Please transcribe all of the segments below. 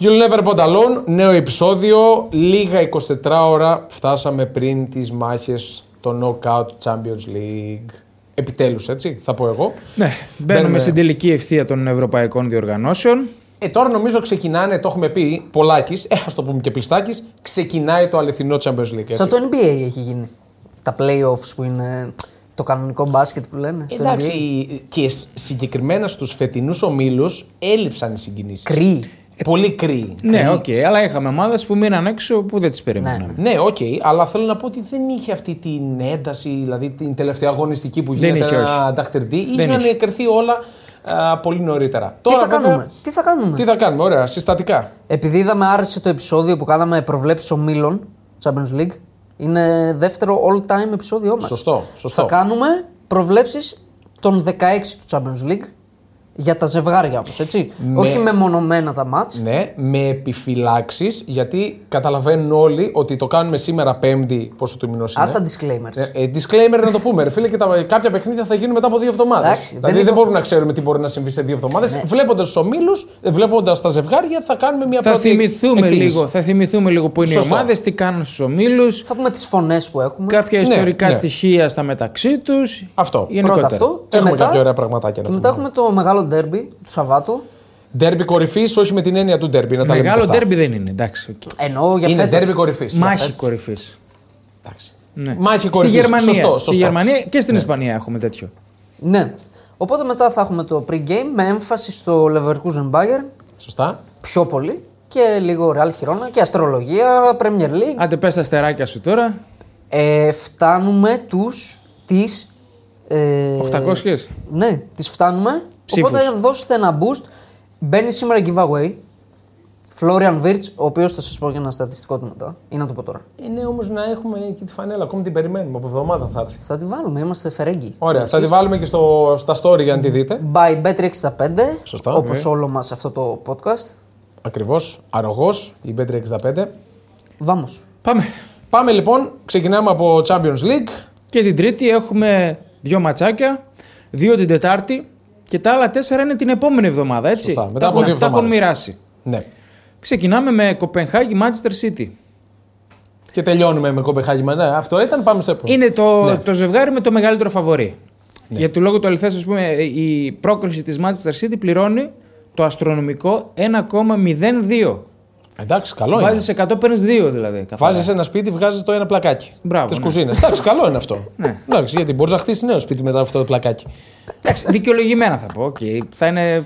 You'll Never Put Alone, νέο επεισόδιο, λίγα 24 ώρα φτάσαμε πριν τις μάχες το Knockout Champions League. Επιτέλους έτσι, θα πω εγώ. Ναι, μπαίνουμε Μπαίνουμε. στην τελική ευθεία των ευρωπαϊκών διοργανώσεων. Ε, τώρα νομίζω ξεκινάνε, το έχουμε πει, Πολάκης, ε, ας το πούμε και Πλιστάκης, ξεκινάει το αληθινό Champions League. Έτσι. Σαν το NBA έχει γίνει. Τα playoffs που είναι το κανονικό μπάσκετ που λένε. στο Εντάξει, NBA. και σ- συγκεκριμένα στους φετινούς ομίλους έλειψαν οι συγκινήσεις. Κρύ. Πολύ κρύοι. Ναι, οκ, αλλά είχαμε ομάδες που μείναν έξω που δεν τις περιμέναμε. Ναι, οκ, αλλά θέλω να πω ότι δεν είχε αυτή την ένταση, δηλαδή την τελευταία αγωνιστική που γίνεται είχε, ένα όχι. δαχτυρντή. Δεν Είχαν είχε. κρυθεί όλα α, πολύ νωρίτερα. Τι θα βέβαια, κάνουμε. Τι θα κάνουμε. Τι θα κάνουμε, ωραία, συστατικά. Επειδή είδαμε άρεσε το επεισόδιο που κάναμε προβλέψει ομίλων Champions League, είναι δεύτερο all time επεισόδιό μας. Σωστό, σωστό. Θα κάνουμε προβλέψεις των 16 του Champions League για τα ζευγάρια όμω, έτσι. Όχι μεμονωμένα τα μάτς. Ναι, με επιφυλάξεις, γιατί καταλαβαίνουν όλοι ότι το κάνουμε σήμερα Πέμπτη, πόσο του μηνός είναι. Ας τα disclaimers. Ε, ε, disclaimer να το πούμε, ρε φίλε, και τα, κάποια παιχνίδια θα γίνουν μετά από δύο εβδομάδες. Εντάξει, Δηλαδή δεν, δεν Ναι. είπα- μπορούμε να ξέρουμε τι μπορεί να συμβεί σε δύο εβδομάδες. Βλέποντας τους ομίλους, βλέποντα ε, τα ζευγάρια, θα κάνουμε μια Θα πρώτη θυμηθούμε, εκτίμηση. λίγο, θα θυμηθούμε λίγο που είναι Σωστό. οι ομάδες, τι κάνουν στους ομίλους, Θα πούμε τις φωνές που έχουμε. κάποια Ναι, ιστορικά ναι. στοιχεία στα μεταξύ τους. Αυτό. Πρώτα αυτό. Και Έχουμε μετά, κάποια ωραία πραγματάκια να Και μετά πούμε. έχουμε το μεγάλο ντέρμπι του Σαββάτου. Ντέρμπι κορυφής, όχι με την έννοια του ντέρμπι. Να τα λέμε και Μεγάλο αυτά. ντέρμπι δεν είναι, εντάξει. οκ. Εννοώ για Είναι φέτος. ντέρμπι κορυφής. Μάχη κορυφή. Ναι. Μάχη Στη κορυφής. Γερμανία. Σωστό, Στη σωστά. Ναι. Γερμανία και στην Ισπανία έχουμε τέτοιο. Ναι. Οπότε μετά θα έχουμε το pre-game με έμφαση στο Leverkusen Bayern Σωστά. πιο πολύ και λίγο Real Χιρόνα και αστρολογία, Premier League. Άντε πες τα αστεράκια σου τώρα. Ε, φτάνουμε τους τις... Ε, 800. Ναι, τις φτάνουμε. Ψήφους. Οπότε δώστε ένα boost. Μπαίνει σήμερα giveaway. Florian Virch, ο οποίος θα σας πω για ένα στατιστικό του μετά. Ή να το πω τώρα. Είναι όμως να έχουμε εκεί τη φανέλα, ακόμη την περιμένουμε. Από εβδομάδα θα έρθει. Θα τη βάλουμε, είμαστε φερέγγι. Ωραία, θα τη βάλουμε και στο, στα story για να τη δείτε. By Bet365, Σωστά, ναι. όπως όλο μας αυτό το podcast. Ακριβώς. Αρρωγός, η B365. Βάμος. Πάμε. Πάμε λοιπόν, ξεκινάμε από Champions League. Και την Τρίτη έχουμε δύο ματσάκια, δύο την Τετάρτη και τα άλλα τέσσερα είναι την επόμενη εβδομάδα, έτσι. Σωστά, μετά τα, από έχουν- δύο τα έχουν εβδομάδες. μοιράσει. Ναι. Ξεκινάμε με Κοπενχάγη Manchester City. Και τελειώνουμε με κομπεχάκι ναι, Αυτό ήταν, πάμε στο επόμενο. Είναι το, το ζευγάρι με το μεγαλύτερο φαβορή. Ναι. Για του λόγου του αληθές, ας πούμε, η πρόκριση της Manchester City πληρώνει το αστρονομικό 1,02. Εντάξει, καλό είναι. Βάζεις 100, παίρνεις 2 δηλαδή. καθαρά. Βάζεις Ναι. ένα σπίτι, βγάζεις το ένα πλακάκι. Μπράβο, Της ναι. κουζίνας. Εντάξει, καλό είναι αυτό. Εντάξει, γιατί μπορείς να χτίσεις νέο σπίτι μετά από αυτό το πλακάκι. Εντάξει, δικαιολογημένα θα πω. οκ. Θα, είναι,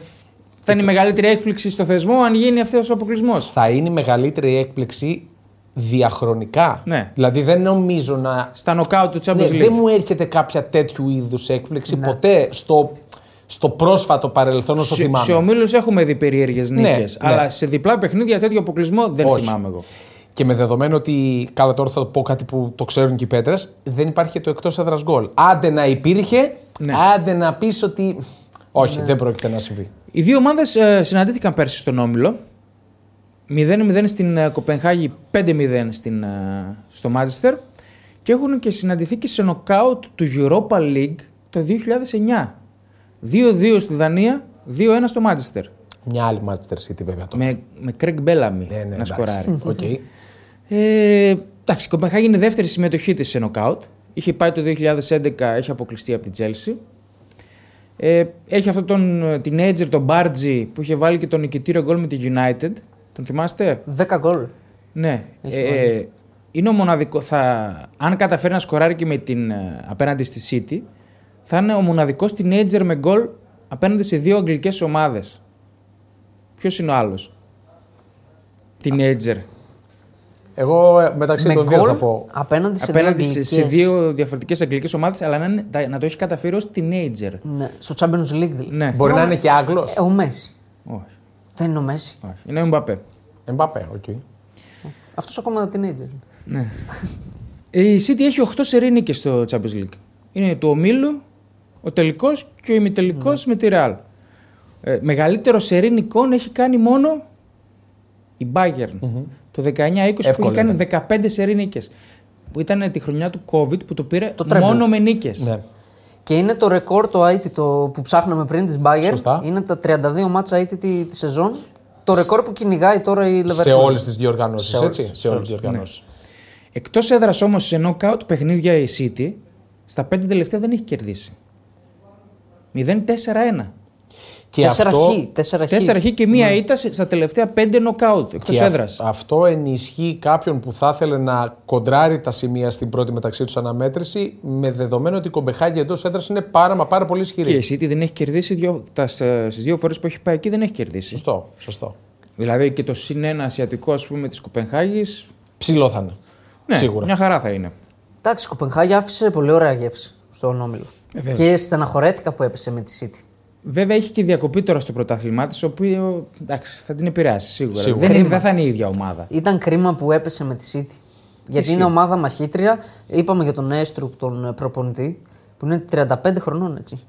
θα είναι η μεγαλύτερη έκπληξη στο θεσμό αν γίνει αυτός ο αποκλεισμός. θα είναι η μεγαλύτερη έκπληξη διαχρονικά. Ναι. Δηλαδή δεν νομίζω να. Στα νοκάου του Champions Ναι, League. Ναι. δεν μου έρχεται κάποια τέτοιου είδους έκπληξη ποτέ στο, στο πρόσφατο παρελθόν όσο Σε, θυμάμαι. σε ομίλους έχουμε δει περίεργες νίκες. ναι. Αλλά σε διπλά παιχνίδια τέτοιο αποκλεισμό δεν Όχι. θυμάμαι εγώ. Και με δεδομένο ότι. Καλά, τώρα θα πω κάτι που το ξέρουν και οι πέτρες. Δεν υπάρχει και το εκτός έδρας γκολ. Άντε να υπήρχε, Ναι. άντε να πεις ότι. Όχι, δεν πρόκειται να συμβεί. Οι δύο ομάδες συναντήθηκαν πέρσι στον όμιλο. 0-0 στην ε, Κοπενχάγη, 5-0 στην, ε, στο Μάντσεστερ. Και έχουν και συναντηθεί και σε νοκάουτ του Europa League το 2009. 2-2 στη Δανία, 2-1 στο Μάντσεστερ. Μια άλλη Manchester City βέβαια τώρα. Με, με Κρέγκ Μπέλαμι Ναι, ναι, να εντάξει. σκοράρει. Οκ. Ε, εντάξει, η Κοπενχάγη είναι η δεύτερη συμμετοχή της σε νοκάουτ. Είχε πάει το 2011, έχει αποκλειστεί από την Τσέλσι. Ε, έχει αυτόν τον ε, teenager, τον Μπάρτζι, που είχε βάλει και τον νικητήριο γκολ με τη United. Τον θυμάστε? 10 γκολ. Ναι. Ε, είναι ο μοναδικό. Θα, αν καταφέρει να σκοράρει και με την, ε, απέναντι στη City, θα είναι ο μοναδικός teenager με γκολ απέναντι σε δύο αγγλικές ομάδες. Ποιος είναι ο άλλος, Teenager. Εγώ ε, μεταξύ Με των δύο θα γκολ πω. απέναντι σε απέναντι δύο σε, σε αγγλικές. δύο διαφορετικές αγγλικές ομάδες, αλλά να, είναι- τα- να το έχει καταφέρει ως teenager. Ναι, στο Champions League δηλαδή. Ναι. Μπορεί να είναι και Άγγλος. Ε, ο Μέση. Όχι, Δεν είναι ο Μέση. όχι. Είναι ο Μπαπέ. Εμπαπέ, οκ. Αυτός ακόμα την teenager. Η City έχει 8 σερή νίκες στο Champions League. Είναι του ομίλου, ο τελικός και ο ημιτελικός Ναι. με τη Real. Ε, μεγαλύτερο σερή νικών έχει κάνει μόνο η Bayern. Το 19-20 που Εύκολο έχει κάνει 15 σερή νίκες. Που ήταν τη χρονιά του COVID που το πήρε μόνο με νίκες. Ναι. Και είναι το ρεκόρ το αίτητο που ψάχναμε πριν της Bayern. Σωστά. Είναι τα 32 μάτσα αίτητη τη σεζόν Το ρεκόρ που κυνηγάει τώρα η Leverkusen. Σε όλες τις διοργανώσεις, Σε όλες. έτσι. Σε όλες Ναι. τι διοργανώσεις. Εκτός έδρας όμως σε knockout παιχνίδια η City, στα πέντε τελευταία δεν έχει κερδίσει. 0-4-1. Και αυτό, Τέσσερα χ. 4 χ και μία ήττα σε- στα τελευταία πέντε knockout εκτό Ναι. και αυ- έδρας. αυτό ενισχύει κάποιον που θα ήθελε να κοντράρει τα σημεία στην πρώτη μεταξύ τους αναμέτρηση με δεδομένο ότι η Κομπεχάγη εντός έδρας είναι πάρα, μα πάρα πολύ ισχυρή. Και η City δεν έχει κερδίσει δύο, τα, στις δύο φορές που έχει πάει εκεί δεν έχει κερδίσει. Σωστό, σωστό. Δηλαδή και το συν ένα ασιατικό ας πούμε της Κοπενχάγης, Ψηλό θα είναι. ναι, Σίγουρα. μια χαρά θα είναι. Εντάξει, η Κοπενχάγη άφησε πολύ ωραία γεύση στον όμιλο. και στεναχωρέθηκα που έπεσε με τη City. Βέβαια έχει και διακοπή τώρα στο πρωτάθλημά της, το οποίο εντάξει, θα την επηρεάσει σίγουρα. Σίγουρα. Δεν, είναι- δεν Κρίμα. θα είναι η ίδια ομάδα. Ήταν κρίμα που έπεσε με τη City. Γιατί είναι ομάδα μαχήτρια. Είπαμε για τον Έστρουπ, τον ε, προπονητή, που είναι 35 χρονών έτσι.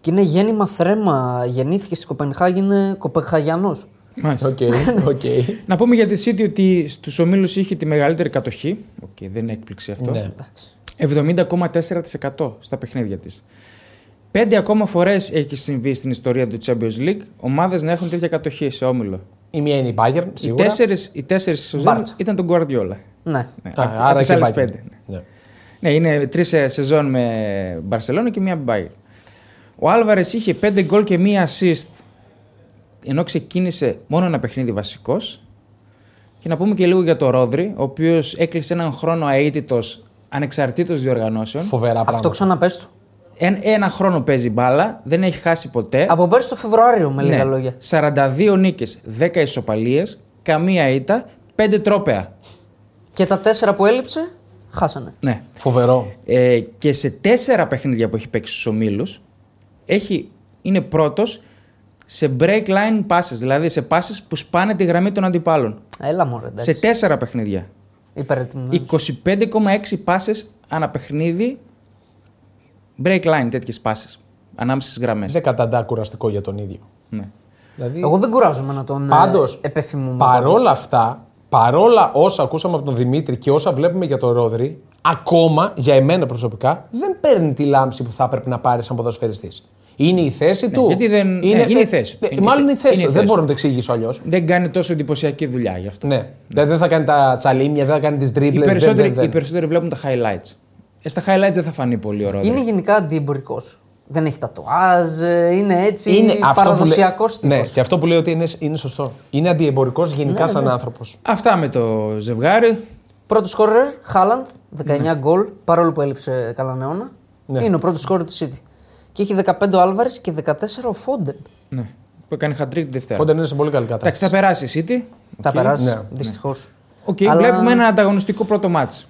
Και είναι γέννημα θρέμα. Γεννήθηκε στην Κοπενχάγη, είναι Κοπενχαγιανός. Μάλιστα. Οκ, οκ. Να πούμε για τη City ότι στους ομίλους είχε τη μεγαλύτερη κατοχή. Οκ, δεν είναι έκπληξη αυτό. Ναι. 70,4% στα παιχνίδια της. Πέντε ακόμα φορές έχει συμβεί στην ιστορία του Champions League ομάδες να έχουν τέτοια κατοχή σε όμιλο. Η μία είναι η Bayern, Οι σίγουρα. τέσσερις, οι τέσσερις σεζόν Μπάρτσα. ήταν τον Guardiola. Ναι. Ναι, Α, απ' τις- απ' άρα τις και η άλλες Bayern. πέντε, ναι. Ναι. Ναι, είναι τρεις σεζόν με Μπαρσελόνα και μία Μπάγκερ. Ο Άλβαρες είχε πέντε γκολ και μία assist ενώ ξεκίνησε μόνο ένα παιχνίδι βασικός. Και να πούμε και λίγο για τον Ρόδρυ, ο οποίος έκλεισε έναν χρόνο αίτητος ανεξαρτήτως διοργανώσεων. Φοβερά Αυτό πράγματα. ξαναπέστο. Εν- ένα χρόνο παίζει μπάλα, δεν έχει χάσει ποτέ. Από πέρσι το Φεβρουάριο, με Ναι. λίγα λόγια. 42 νίκε, 10 ισοπαλίες, καμία ήττα, 5 τρόπαια. Και τα τέσσερα που έλειψε, χάσανε. Ναι. Φοβερό. Ε, και σε τέσσερα παιχνίδια που έχει παίξει στους ομίλους, είναι πρώτος σε break line passes, δηλαδή σε passes που σπάνε τη γραμμή των αντιπάλων. Έλα μωρέ, εντάξει. Σε τέσσερα παιχνίδια. Υπερετιμημένο. 25,6 passes ανά παιχνίδι break line, τέτοιες passes. Ανάμεσα στις γραμμές. Δεν καταντά κουραστικό για τον ίδιο. Ναι. Δηλαδή, Εγώ δεν κουράζομαι να τον Πάντως, ε, επεφημούμε. παρόλα αυτά, παρόλα όσα ακούσαμε από τον Δημήτρη και όσα βλέπουμε για τον Ρόδρυ, ακόμα για εμένα προσωπικά δεν παίρνει τη λάμψη που θα έπρεπε να πάρει σαν ποδοσφαιριστής. Είναι η θέση του. γιατί δεν- ναι, είναι η θέση του. ε, Είναι η Μάλλον θέ- είναι η θέση είναι η του. Δεν θέση μπορώ να το εξηγήσω αλλιώς. Δεν κάνει τόσο εντυπωσιακή δουλειά γι' αυτό. Ναι. Δηλαδή δεν θα κάνει τα τσαλίμια, δεν θα κάνει τις Οι τρίπλε. περισσότεροι, οι περισσότεροι βλέπουν τα highlights. Ε, στα highlights δεν θα φανεί πολύ ο Ρόδρυ. Είναι γενικά αντιεμπορικός. Δεν έχει τατουάζ, ε, είναι έτσι. Είναι Είναι αυτό που λέ- παραδοσιακό τύπο. Ναι, και αυτό που λέει ότι είναι, είναι σωστό. Είναι αντιεμπορικός γενικά Ναι, σαν άνθρωπος. Αυτά με το ζευγάρι. Πρώτος σκόρερ, Χάλαντ, 19 γκολ, παρόλο που έλειψε κανέναν αιώνα. Ναι. Είναι ο πρώτος σκόρερ της City. Και έχει 15 ο Άλβαρη και 14 ο Φόντεν. Ναι. Που έκανε χατρίκ τη Δευτέρα. Φόντερ είναι σε πολύ καλή Εντάξει, κατάσταση. θα περάσει η City. Θα περάσει, ναι, ναι. δυστυχώ. Οκ, βλέπουμε ένα ανταγωνιστικό πρώτο μάτς.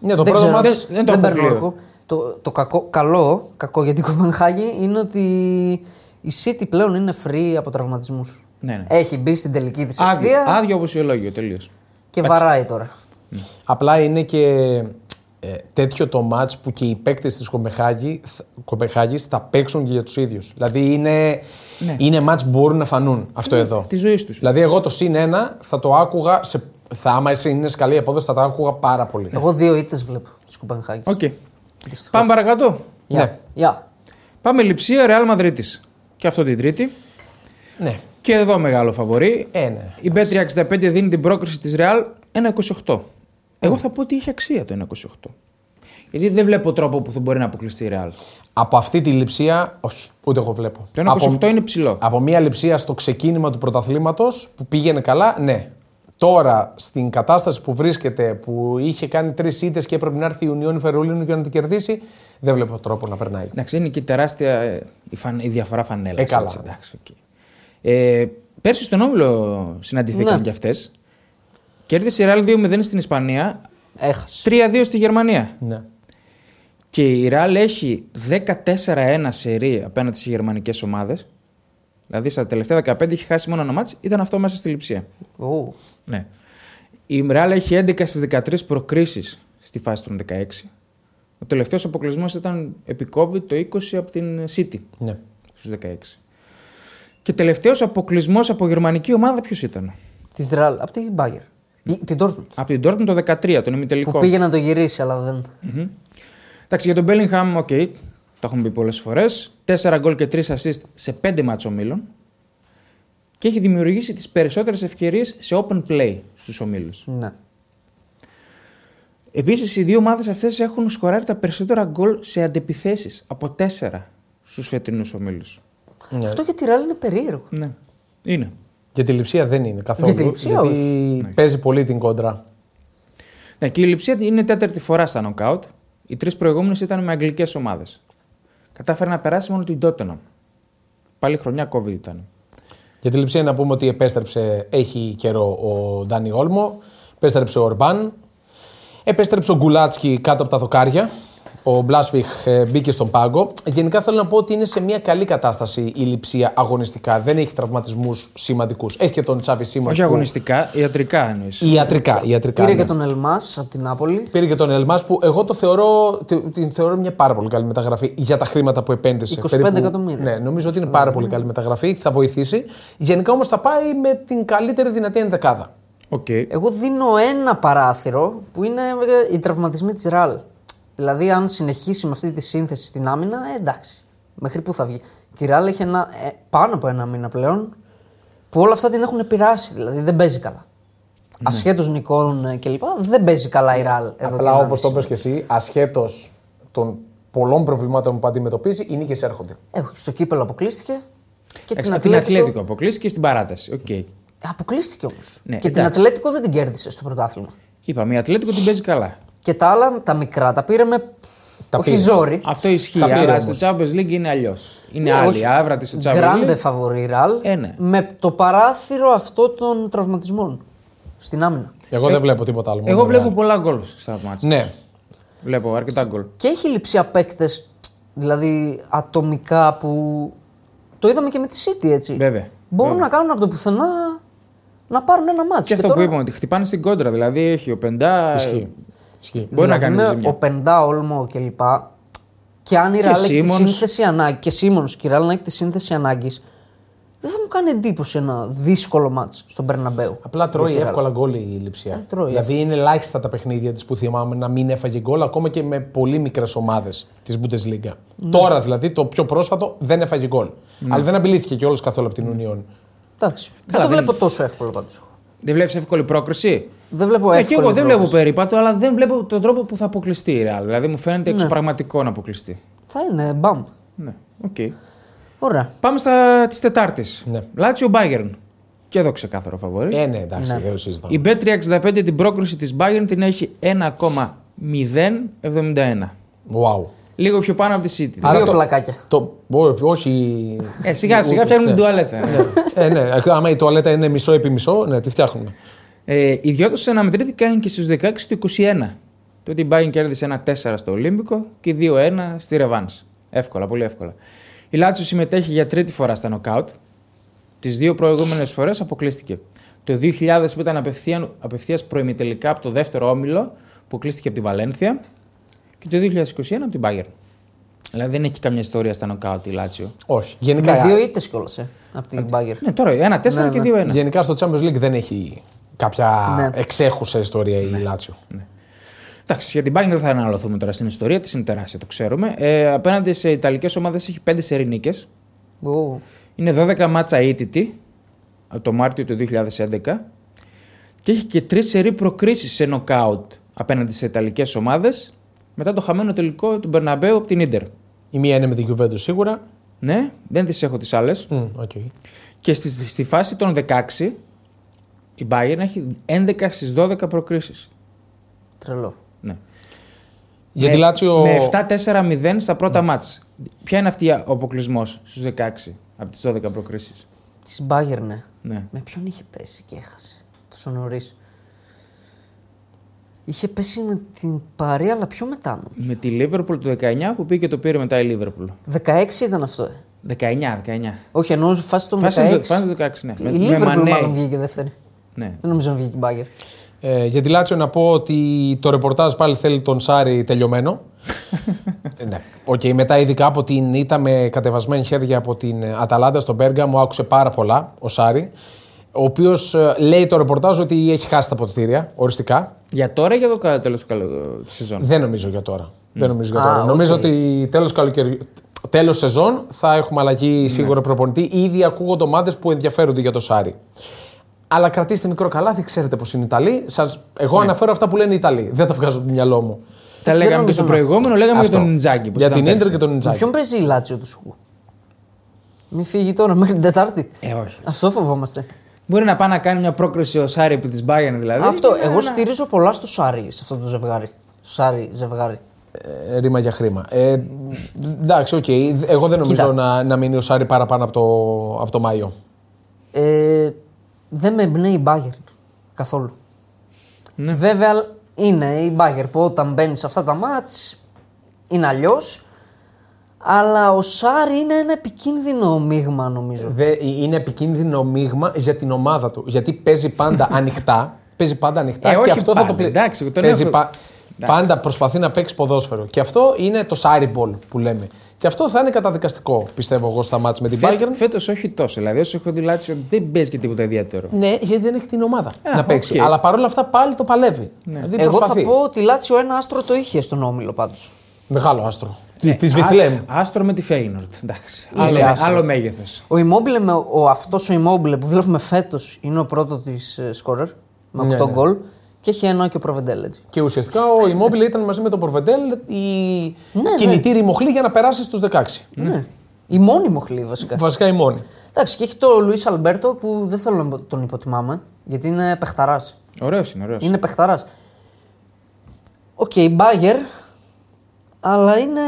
Ναι, το δεν πρώτο ξέρω, μάτς- δεν- δεν το αποκλείω. όρκο. Το, το κακό, καλό, κακό για την Κοπενχάγη είναι ότι η City πλέον είναι free από τραυματισμούς. Ναι, ναι. Έχει μπει Ε, στην τελική της Άδειο, ευθεία άδειο αποσιολόγιο τελείως. και βαράει τώρα. Απλά είναι και ε, τέτοιο το μάτς που και οι παίκτες της Κοπεχάγη, Κοπεχάγης θα παίξουν και για τους ίδιους. Δηλαδή είναι, είναι μάτς που μπορούν να φανούν αυτό εδώ. Τη ζωή τους. Δηλαδή εγώ το συν ένα θα το άκουγα, σε, θα, άμα εσύ είναι σε καλή απόδοση θα το άκουγα πάρα πολύ. Ναι. Εγώ δύο ήττες βλέπω της Κοπενχάγη. Οκ. Πάμε παρακάτω. Ναι. Γεια. Πάμε Λιψία, Ρεάλ Μαδρίτης. Και αυτό την Τρίτη. ναι. Και εδώ μεγάλο φαβορή. Ε, ναι. Η Μπέτρια 65 δίνει την πρόκριση της Ρεάλ 1,28. Εγώ θα πω ότι έχει αξία το 1,28. Γιατί δεν βλέπω τρόπο που θα μπορεί να αποκλειστεί η Ρεάλ. Από αυτή τη λειψία, όχι, ούτε εγώ βλέπω. Το 1,28 από, είναι ψηλό. από μια λειψία στο ξεκίνημα του πρωταθλήματος που πήγαινε καλά, ναι. Τώρα στην κατάσταση που βρίσκεται, που είχε κάνει τρεις ήττες και έπρεπε να έρθει η Ουνιόνι Φερολίνου για να την κερδίσει, δεν βλέπω τρόπο να περνάει. Εντάξει, είναι και τεράστια ε, η, φαν, η διαφορά φανέλας. Ε, καλά. εντάξει, οκ. ε, πέρσι στον Όμιλο συναντηθήκαν Ναι. κι αυτές. Κέρδισε η Ρεάλ 2-0 στην Ισπανία, Έχασε. 3-2 στη Γερμανία. Ναι. Και η Ρεάλ έχει 14-1 σερή απέναντι στι γερμανικές ομάδες. Δηλαδή στα τελευταία 15 είχε χάσει μόνο ένα μάτς, ήταν αυτό μέσα στη λειψία. Ου. Ναι. Η Ρεάλ έχει 11 στι 13 προκρίσεις στη φάση των 16. Ο τελευταίος αποκλεισμός ήταν επί COVID το 20 από την City ναι. στους 16. Και τελευταίος αποκλεισμός από γερμανική ομάδα ποιος ήταν. Της Ρεάλ. Από την Μπάγκερ. Ή- Την Dortmund. Από την Dortmund το 13, τον ημιτελικό. Που πήγε να το γυρίσει, αλλά δεν. Εντάξει, για τον Bellingham, οκ, το έχουμε πει πολλές φορές. 4 γκολ και 3 assist σε 5 μάτσο ομίλων. και έχει δημιουργήσει τις περισσότερες ευκαιρίες σε open play στους ομίλους. Ναι. Επίσης, οι δύο ομάδες αυτές έχουν σκοράρει τα περισσότερα γκολ σε αντεπιθέσεις από 4 στους φετινούς ομίλους. Ναι. Αυτό για τη Ρεάλ είναι περίεργο. Ναι. Είναι. Για τη λειψία δεν είναι καθόλου. Για τη Λειψία γιατί παίζει πολύ την κόντρα. Ναι, και η Λιψία είναι τέταρτη φορά στα νοκάουτ. Οι τρεις προηγούμενες ήταν με αγγλικές ομάδες. Κατάφερε να περάσει μόνο την Tottenham. Πάλι χρονιά COVID ήταν. Για τη λειψία να πούμε ότι επέστρεψε, έχει καιρό ο Ντάνι Όλμο, επέστρεψε ο Ορμπάν, επέστρεψε ο Γκουλάτσκι κάτω από τα δοκάρια. Ο Μπλάσφιχ ε, μπήκε στον πάγκο. Γενικά θέλω να πω ότι είναι σε μια καλή κατάσταση η λειψία αγωνιστικά. Δεν έχει τραυματισμούς σημαντικούς. Έχει και τον Τσάβη Σίμον. Όχι αγωνιστικά, ιατρικά εννοείς. Ιατρικά. ιατρικά Πήρε ναι. και τον Ελμάς από την Νάπολη. Πήρε και τον Ελμάς που εγώ το θεωρώ, τε- την θεωρώ μια πάρα πολύ καλή μεταγραφή για τα χρήματα που επένδυσε. 25 εκατομμύρια. Ναι, νομίζω ότι είναι πάρα πολύ καλή μεταγραφή, θα βοηθήσει. Γενικά όμως θα πάει με την καλύτερη δυνατή ενδεκάδα. Οκ. Εγώ δίνω ένα παράθυρο που είναι ε, οι τραυματισμοί της Ραλ. Δηλαδή, αν συνεχίσει με αυτή τη σύνθεση στην άμυνα, ε, εντάξει. Μέχρι πού θα βγει. Και η Ραλ έχει ένα, ε, πάνω από ένα μήνα πλέον που όλα αυτά την έχουν πειράσει. Δηλαδή, δεν παίζει καλά. Ασχέτω νικών ε, κλπ. Δεν παίζει καλά η Ραλ. Εδώ Απλά και όπως το ενάμιση. πες και εσύ, ασχέτως των πολλών προβλημάτων που αντιμετωπίζει, οι νίκες έρχονται. Ε, στο κύπελο αποκλείστηκε. Και Εντάξει, την από την Ατλέτικο Ατλέτικο. αποκλείστηκε στην παράταση. Οκ. Ε, Αποκλείστηκε όμως. Ναι, και την εντάξει. Ατλέτικο δεν την κέρδισε στο πρωτάθλημα. Είπαμε, η Ατλέτικο την παίζει καλά. Και τα άλλα, τα μικρά, τα πήρε με. Τα όχι πήρε. ζόρι. Αυτό ισχύει. Τα πήρε Αλλά όμως. στο Champions League είναι αλλιώς. Είναι Ναι, άλλη όχι. άβρα της στο Champions Γκράντε League. φαβορή ραλ. Ε, ναι. Με το παράθυρο αυτό των τραυματισμών στην άμυνα. Εγώ δεν βλέπω τίποτα άλλο. Εγώ μόνο βλέπω Real. πολλά γκολ στα μάτια. Ε, Ναι. Βλέπω αρκετά γκολ. Και έχει λειψία παίκτε, δηλαδή ατομικά που. Το είδαμε και με τη City έτσι. Βέβαια. Μπορούν να κάνουν από το πουθενά να πάρουν ένα Και μάτσο. αυτό που είπαμε, ότι χτυπάνε στην κόντρα. Δηλαδή έχει ο Πεντά. Ισχύει. Ισχύει. Μπορεί να κάνει δηλαδή, με ζημιά. ο Πεντά, Όλμο κλπ. Και αν η Και Ραλ έχει τη Σίμονς. σύνθεση ανάγκη. Και Σίμον και η Ραλ να έχει τη σύνθεση ανάγκης. Δεν θα μου κάνει εντύπωση ένα δύσκολο μάτσο στον Περναμπέου. Απλά τρώει Για τη Real. εύκολα γκολ η λειψία. Ε, τρώει. δηλαδή είναι ελάχιστα τα παιχνίδια της που θυμάμαι να μην έφαγε γκολ ακόμα και με πολύ μικρές ομάδες της Bundesliga. Ναι. Τώρα δηλαδή το πιο πρόσφατο δεν έφαγε γκολ. Αλλά δεν απειλήθηκε κιόλας καθόλου από την Union. Εντάξει. δεν Καλά, δεν το βλέπω τόσο εύκολο πάντως. Δεν βλέπεις εύκολη πρόκριση. Δεν βλέπω Ναι, εύκολο. και εγώ δεν βλέπω περίπατο, αλλά δεν βλέπω τον τρόπο που θα αποκλειστεί η Real. Δηλαδή μου φαίνεται εξωπραγματικό να αποκλειστεί. Θα είναι μπαμ. Ναι, οκ. Ωραία. Πάμε στα τη Τετάρτης. Ναι. Λάτσιο Bayern. Και εδώ ξεκάθαρο φαβορή. Ε, ναι, εντάξει, δεν το συζητάμε. Η B365 την πρόκριση της Bayern την έχει 1,071. Wow. Λίγο πιο πάνω από τη City. Α, Δύο το- πλακάκια. Το... ό, Όχι. Ε, σιγά σιγά φτιάχνουν την τουαλέτα. ε, ναι, άμα η τουαλέτα είναι μισό επί μισό, ναι, τη φτιάχνουμε. Ε, οι δυο του αναμετρήθηκαν και στους 16 του 21. Το ότι η Bayern κέρδισε 1-4 στο Ολύμπικο και 2-1 στη Ρεβάνς. Εύκολα, πολύ εύκολα. Η Λάτσο συμμετέχει για τρίτη φορά στα νοκάουτ. Τις δύο προηγούμενες φορές αποκλείστηκε. Το 2000 που ήταν απευθείας προημιτελικά από το δεύτερο όμιλο που κλείστηκε από τη Βαλένθια και το 2021 από την Bayern. Δηλαδή δεν έχει καμιά ιστορία στα νοκάουτ η Λάτσιο. Όχι. Γενικά, Με δύο ήττες κιόλας ε, από την Μπάγκερ. Ναι, τώρα 1-4 και 2-1. γενικά στο Champions League δεν έχει κάποια Ναι. εξέχουσα ιστορία η Λάτσιο. Εντάξει, για την Bayern δεν θα αναλωθούμε τώρα στην ιστορία της, είναι τεράστια, το ξέρουμε. Ε, απέναντι σε Ιταλικές ομάδες έχει 5 σερή νίκες. Ου, Είναι 12 μάτσα ήττητη από το Μάρτιο του 2011 και έχει και 3 σερή προκρίσεις σε νοκάουτ απέναντι σε Ιταλικές ομάδες μετά το χαμένο τελικό του Μπερναμπέου από την ντερ. Η μία είναι με την Juventus σίγουρα. Ναι, δεν τις έχω τις άλλες. Μμ, οκ. Και στη, στη φάση των 16 η Bayern έχει 11 στι 12 προκρίσεις. Τρελό. Ναι. Για τη Λάτσιο. Ναι. Με 7-4-0 στα πρώτα μάτς. Ποια είναι αυτή ο αποκλεισμός στους 16 από τις 12 προκρίσεις. Της Μπάγκερ, ναι. Ναι. Με ποιον είχε πέσει και έχασε. Τόσο νωρίς. Είχε πέσει με την Παρή, αλλά πιο μετά μου. Με τη Λίβερπουλ του 19 που πήγε και το πήρε μετά η Λίβερπουλ. 16 ήταν αυτό. Ε. 19, 19. Όχι, ενώ φάση των 16. Φάση του- φάση του 16, ναι. Η Με- με Λίβερπουλ Μανέ. μάλλον βγήκε δεύτερη. Ναι. Δεν νομίζω να βγήκε η Μπάγκερ. Ε, για τη Λάτσιο να πω ότι το ρεπορτάζ πάλι θέλει τον Σάρι τελειωμένο. Ε, ναι. Okay, μετά ειδικά από την ήττα με κατεβασμένη χέρια από την ε, Αταλάντα στον Πέργα μου άκουσε πάρα πολλά ο Σάρι. Ο οποίος λέει το ρεπορτάζ ότι έχει χάσει τα ποτήρια οριστικά. Για τώρα ή για το κα- τέλος του καλο... της σεζόν. Δεν νομίζω για τώρα. Δεν νομίζω για Mm. Α, τώρα. οκ. Νομίζω ότι τέλος καλοκαιριού. τέλος σεζόν θα έχουμε Ναι. αλλαγή σίγουρα προπονητή. Ήδη ακούγονται ομάδες που ενδιαφέρονται για το Σάρι. Αλλά κρατήστε μικρό καλάθι, ξέρετε πώς είναι οι Ιταλοί. Σας... Εγώ Ναι. αναφέρω αυτά που λένε οι Ιταλοί. Δεν τα βγάζω από το μυαλό μου. Τα δεν λέγαμε και στο νομίζω να- προηγούμενο, λέγαμε για Αυτό. τον Ιντζάκη. που Για ήταν την πέρσι. ντρ και τον Με Ιντζάκη. ποιον παίζει η Λάτσιο του Σουκού. Μην φύγει τώρα μέχρι την Τετάρτη. Ε, όχι. Αυτό φοβόμαστε. Μπορεί να πάει να κάνει μια πρόκριση ο Σάρι επί της Μπάγκεν δηλαδή. Αυτό. Είναι Εγώ ένα- στηρίζω πολλά στο Σάρι, σε αυτό το ζευγάρι. Σάρι, ζευγάρι. Ε, ρήμα για χρήμα. Ε, εντάξει, οκ. Ε, Εγώ δεν νομίζω Κοίτα. να, να μείνει ο Σάρι παραπάνω από το, από το Μάιο. Ε, δεν με εμπνέει η Bayern καθόλου. Ναι. Βέβαια είναι η Bayern που όταν μπαίνεις σε αυτά τα μάτς είναι αλλιώς. Αλλά ο Σάρι είναι ένα επικίνδυνο μείγμα Ε, νομίζω. Δε, ε, είναι επικίνδυνο μείγμα για την ομάδα του. Γιατί παίζει πάντα ανοιχτά. Παίζει πάντα ανοιχτά Ε, όχι και αυτό θα το πάντα, πλη- εντάξει, τον παίζει έχω- πα- Πάντα προσπαθεί να παίξει ποδόσφαιρο. Και αυτό είναι το Σάρι Μπολ που λέμε. Και αυτό θα είναι καταδικαστικό, πιστεύω εγώ, στα μάτς με την Bayern. Φέτο όχι τόσο. Δηλαδή, όσο έχω δει Λάτσιο, δεν παίζει και τίποτα ιδιαίτερο. Ναι, γιατί δεν έχει την ομάδα Α, να παίξει. οκ. Ναι. Αλλά παρόλα αυτά πάλι το παλεύει. Δηλαδή Εγώ θα προσπαθεί. πω ότι Λάτσιο ένα άστρο το είχε στον όμιλο πάντως. Μεγάλο άστρο. Ναι. Της Α- Βιτλέμ. Άστρο με τη Φέινορντ. Εντάξει. Είχε Άλλο, άστρο. άλλο μέγεθος. Ο Immobile, με, ο, αυτός ο Immobile που βλέπουμε φέτος είναι ο πρώτο της σκόρερ με 8 ναι. γκολ και έχει ένα και ο Προβεντέλ έτσι. Και ουσιαστικά ο Immobile ήταν μαζί με τον Πορβεντέλ η ναι. κινητήρη μοχλή για να περάσει στους 16. Ναι. Η μόνη μοχλή βασικά. Βασικά η μόνη. Εντάξει, και έχει το Λουίς Αλμπέρτο που δεν θέλω να τον υποτιμάμε γιατί είναι παιχταράς. Ωραίος είναι, ωραίος. Είναι παιχταράς. Οκ, okay, μπάγκερ, αλλά είναι.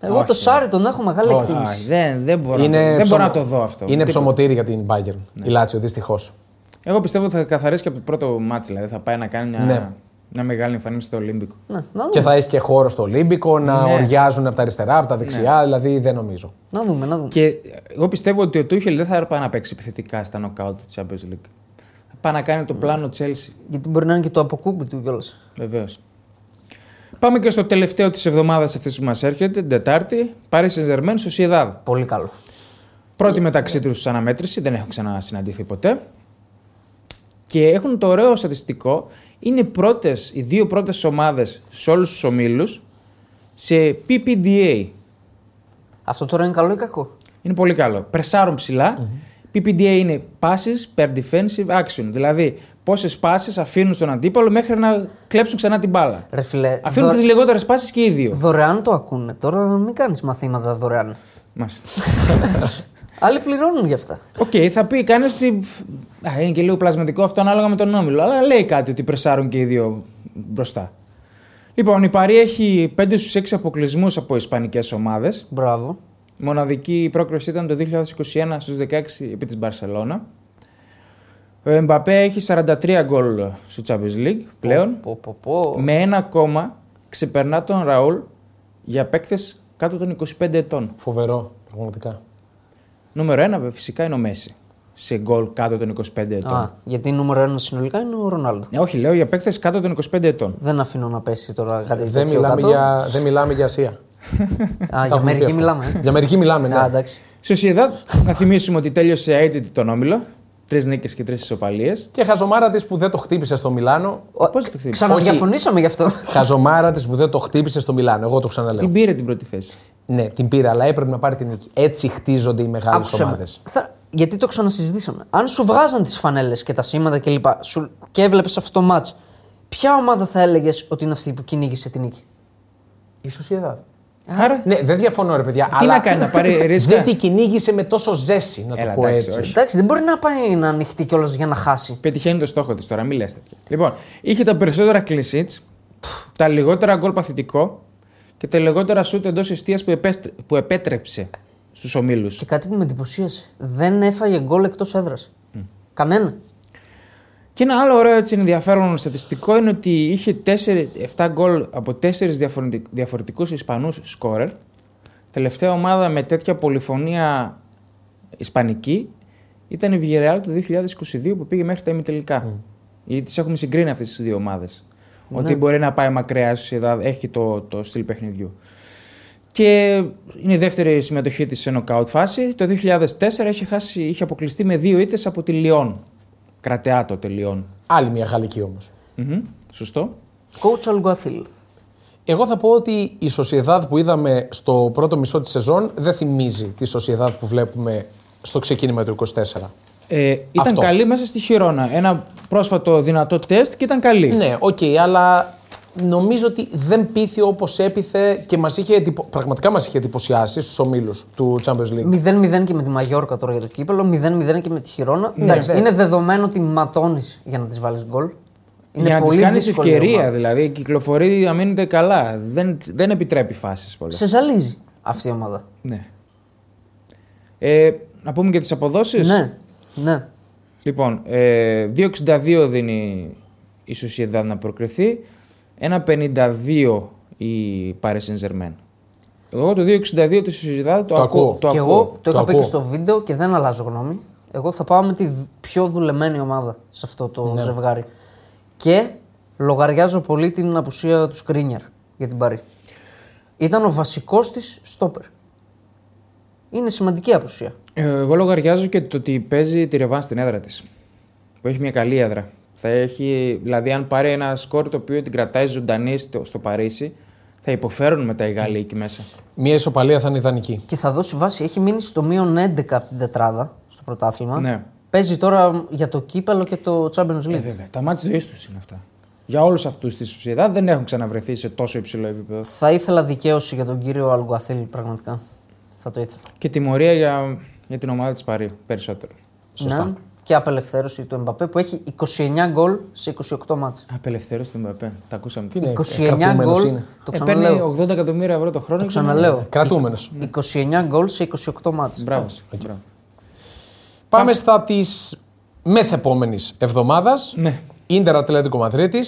Εγώ Όχι. το Σάρι τον έχω μεγάλη ναι. Όχι. εκτίμηση. δεν, δεν, μπορώ, να, Είναι δεν μπορώ ψωμο- να το δω αυτό. Είναι Τι- Ναι. ψωμοτήρι για την Bayern. Η Λάτσιο, δυστυχώς. Εγώ πιστεύω ότι θα καθαρίσει και από το πρώτο μάτς, δηλαδή θα πάει να κάνει μια, Ναι. μια μεγάλη εμφάνιση στο Ολύμπικο. Ναι, να δούμε. Και θα έχει και χώρο στο Ολύμπικο να Ναι. οριάζουν από τα αριστερά, από τα δεξιά. Δηλαδή δεν νομίζω. Να δούμε, να δούμε. Και ε, εγώ πιστεύω ότι ο Τούχελ δεν θα πάει να παίξει επιθετικά στα νοκάουτ του Champions League. Θα πάει να κάνει το πλάνο Chelsea, Γιατί μπορεί να είναι και το αποκούμπι του κιόλας. βεβαίως. Πάμε και στο τελευταίο της εβδομάδας αυτής που μας έρχεται, την Τετάρτη. Πάρει Saint-Germain στο Σιεδάδ. Πολύ καλό. Πρώτη μεταξύ τους αναμέτρηση, δεν έχουν ξανασυναντήθει ποτέ. Και έχουν το ωραίο στατιστικό. Είναι πρώτες, οι δύο πρώτες ομάδες σε όλους τους ομίλους σε PPDA. Αυτό τώρα είναι καλό ή κακό. Είναι πολύ καλό. Πρεσάρουν ψηλά. PPDA είναι passes per defensive action. Δηλαδή πόσες passes αφήνουν στον αντίπαλο μέχρι να κλέψουν ξανά την μπάλα. Ρε φιλέ, Αφήνουν δω- τις λιγότερες passes και οι δύο. δωρεάν το ακούνε. Τώρα μην κάνεις μαθήματα δωρεάν. Μάλιστα. Άλλοι πληρώνουν γι' αυτά. Οκ, θα πει κανείς ότι. Α, είναι και λίγο πλασματικό αυτό ανάλογα με τον όμιλο. Αλλά λέει κάτι ότι πρεσάρουν και οι δύο μπροστά. Λοιπόν, η Παρή έχει 5 στου 6 αποκλεισμούς από ισπανικές ομάδες. Μπράβο. Μοναδική πρόκριση ήταν το 2021 στου 16 επί της Μπαρσελόνα. Ο Εμπαπέ έχει 43 γκολ στο Champions League πλέον. Πω, πω, πω. Με ένα ακόμα ξεπερνά τον Ραούλ για παίκτες κάτω των 25 ετών. Φοβερό, πραγματικά. Νούμερο 1 φυσικά είναι ο Μέση. Σε γκολ κάτω των 25 ετών. Α, γιατί νούμερο ένα συνολικά είναι ο Ρονάλντο. Ναι, όχι, λέω για παίκτες κάτω των 25 ετών. Δεν αφήνω να πέσει τώρα κάτι Δεν τέτοιο μιλάμε, κάτω. για, δεν μιλάμε για Ασία. Α, Τα για έχουμε πει μερική αυτά. μιλάμε. ε. Για μερική μιλάμε, ναι. Α, εντάξει. Σοσιαδάδ, να θυμίσουμε ότι τέλειωσε agent τον όμιλο. Τρεις νίκες και τρεις ισοπαλίες. Και χαζομάρα τη που δεν το χτύπησε στο Μιλάνο. Πώς το χτύπησε. Ξαναδιαφωνήσαμε γι' αυτό. Χαζομάρα τη που δεν το χτύπησε στο Μιλάνο. Εγώ το ξαναλέω. Την πήρε την πρώτη θέση. Ναι, την πήρε, αλλά έπρεπε να πάρει την νίκη. Έτσι χτίζονται οι μεγάλες Άκουσε με. ομάδες. Θα... Γιατί το ξανασυζητήσαμε. Αν σου βγάζαν τις φανέλες και τα σήματα και λοιπά σου... και έβλεπες αυτό το μάτ, ποια ομάδα θα έλεγες ότι είναι αυτή που κυνήγησε την νίκη. Η Σοσιαδάδ. Άρα. Ναι, δεν διαφωνώ, ρε παιδιά. Τι αλλά να κάνει, να πάρει ρίσκα? Δεν την κυνήγησε με τόσο ζέση, να το Έλα, πω εντάξει, έτσι. όχι. Εντάξει, δεν μπορεί να πάει να ανοιχτεί κιόλας για να χάσει. Πετυχαίνει το στόχο της τώρα, μην λες τέτοια. Λοιπόν, είχε τα περισσότερα κλεισίτ, τα λιγότερα γκολ παθητικό και τα λιγότερα σούτ εντός εστίας που, επέστρε- που επέτρεψε στους ομίλους. Και κάτι που με εντυπωσίασε. Δεν έφαγε γκολ εκτός έδρας. Κανένα. Και ένα άλλο ωραίο έτσι ενδιαφέρον στατιστικό είναι ότι είχε 4, 7 γκολ από 4 διαφορετικούς Ισπανούς σκόρερ. Τελευταία ομάδα με τέτοια πολυφωνία Ισπανική ήταν η Villarreal το 2022 που πήγε μέχρι τα ημιτελικά. Γιατί τις έχουμε συγκρίνει αυτές τις δύο ομάδες. Ότι μπορεί να πάει μακριά, η Sociedad έχει το, το στυλ παιχνιδιού. Και είναι η δεύτερη συμμετοχή της σε νοκάουτ φάση. Το 2004 είχε, χάσει, είχε αποκλειστεί με δύο ήττες από τη Λιόν. Κρατεά τότε Λιόν. Άλλη μια γαλλική όμως. Μμμ, Σωστό. Coach Alguacil. Εγώ θα πω ότι η Sociedad που είδαμε στο πρώτο μισό της σεζόν δεν θυμίζει τη Sociedad που βλέπουμε στο ξεκίνημα του 24. Ε, ήταν Αυτό. καλή μέσα στη Χιρόνα. Ένα πρόσφατο δυνατό τεστ και ήταν καλή. Ναι, οκ, αλλά νομίζω ότι δεν πήθη όπω έπιθε και μας είχε εντυπω- πραγματικά μας είχε εντυπωσιάσει στους ομίλους του Champions League. 0-0 και με τη Μαγιόρκα τώρα για το κύπελο, 0-0 και με τη Χιρόνα. Εντάξει, ναι. είναι δεδομένο ότι ματώνεις για να της βάλεις γκολ. Είναι για να τη πολύ κάνεις δύσκολη η ευκαιρία, ομάδα. δηλαδή κυκλοφορεί να μείνετε καλά. Δεν, δεν επιτρέπει φάσεις πολλέ. Σε ζαλίζει αυτή η ομάδα. Ναι. Ε, να πούμε και τις αποδόσεις. Ναι, ναι. Λοιπόν, ε, 2,62 δίνει η Sociedad να προκριθεί. 1,52 η Paris Saint-Germain. Εγώ το 2,62 τη Sociedad το, Το ακούω. ακούω. Το και ακούω. εγώ το το είχα πει και ακούω. στο βίντεο και δεν αλλάζω γνώμη. Εγώ θα πάω με τη δ- πιο δουλεμένη ομάδα σε αυτό το Ναι. ζευγάρι. Και λογαριάζω πολύ την απουσία του Σκρίνιαρ για την Παρή. Ήταν ο βασικός της στόπερ. Είναι σημαντική απουσία. Ε, Εγώ λογαριάζω και το ότι παίζει τη Ρεβάν στην έδρα της. Που έχει μια καλή έδρα. Θα έχει, δηλαδή, αν πάρει ένα σκορ το οποίο την κρατάει ζωντανή στο, στο Παρίσι, θα υποφέρουν μετά οι Γάλλοι εκεί μέσα. Μια ισοπαλία θα είναι ιδανική. Και θα δώσει βάση. Έχει μείνει στο μείον 11 από την τετράδα στο πρωτάθλημα. Ναι. Ε, Παίζει τώρα για το κύπελο και το Champions League. Βέβαια, τα μάτια ζωής τους είναι αυτά. Για όλους αυτούς τη Sociedad δεν έχουν ξαναβρεθεί σε τόσο υψηλό επίπεδο. θα ήθελα δικαίωση για τον κύριο Αλγουαθίλη, πραγματικά. Θα το ήθελα. Και τιμωρία για, για την ομάδα της Παρή περισσότερο. Σωστά. Ναι. Και απελευθέρωση του Εμπαπέ που έχει 29 γκολ σε 28 μάτς. Απελευθέρωση του Μbappé. Τα ακούσαμε. είναι, 29 κρατούμενος γκολ. είναι. Το Ε, παίρνει ξαναλέω. 80 εκατομμύρια ευρώ το χρόνο. Το και- ξαναλέω. Κρατούμενο. 29 γκολ σε 28 μάτς. Μπράβο. Μπράβο. Πάμε στα της μεθεπόμενη εβδομάδας. Ναι. Ίντερ Ατλέτικο Μαδρίτης.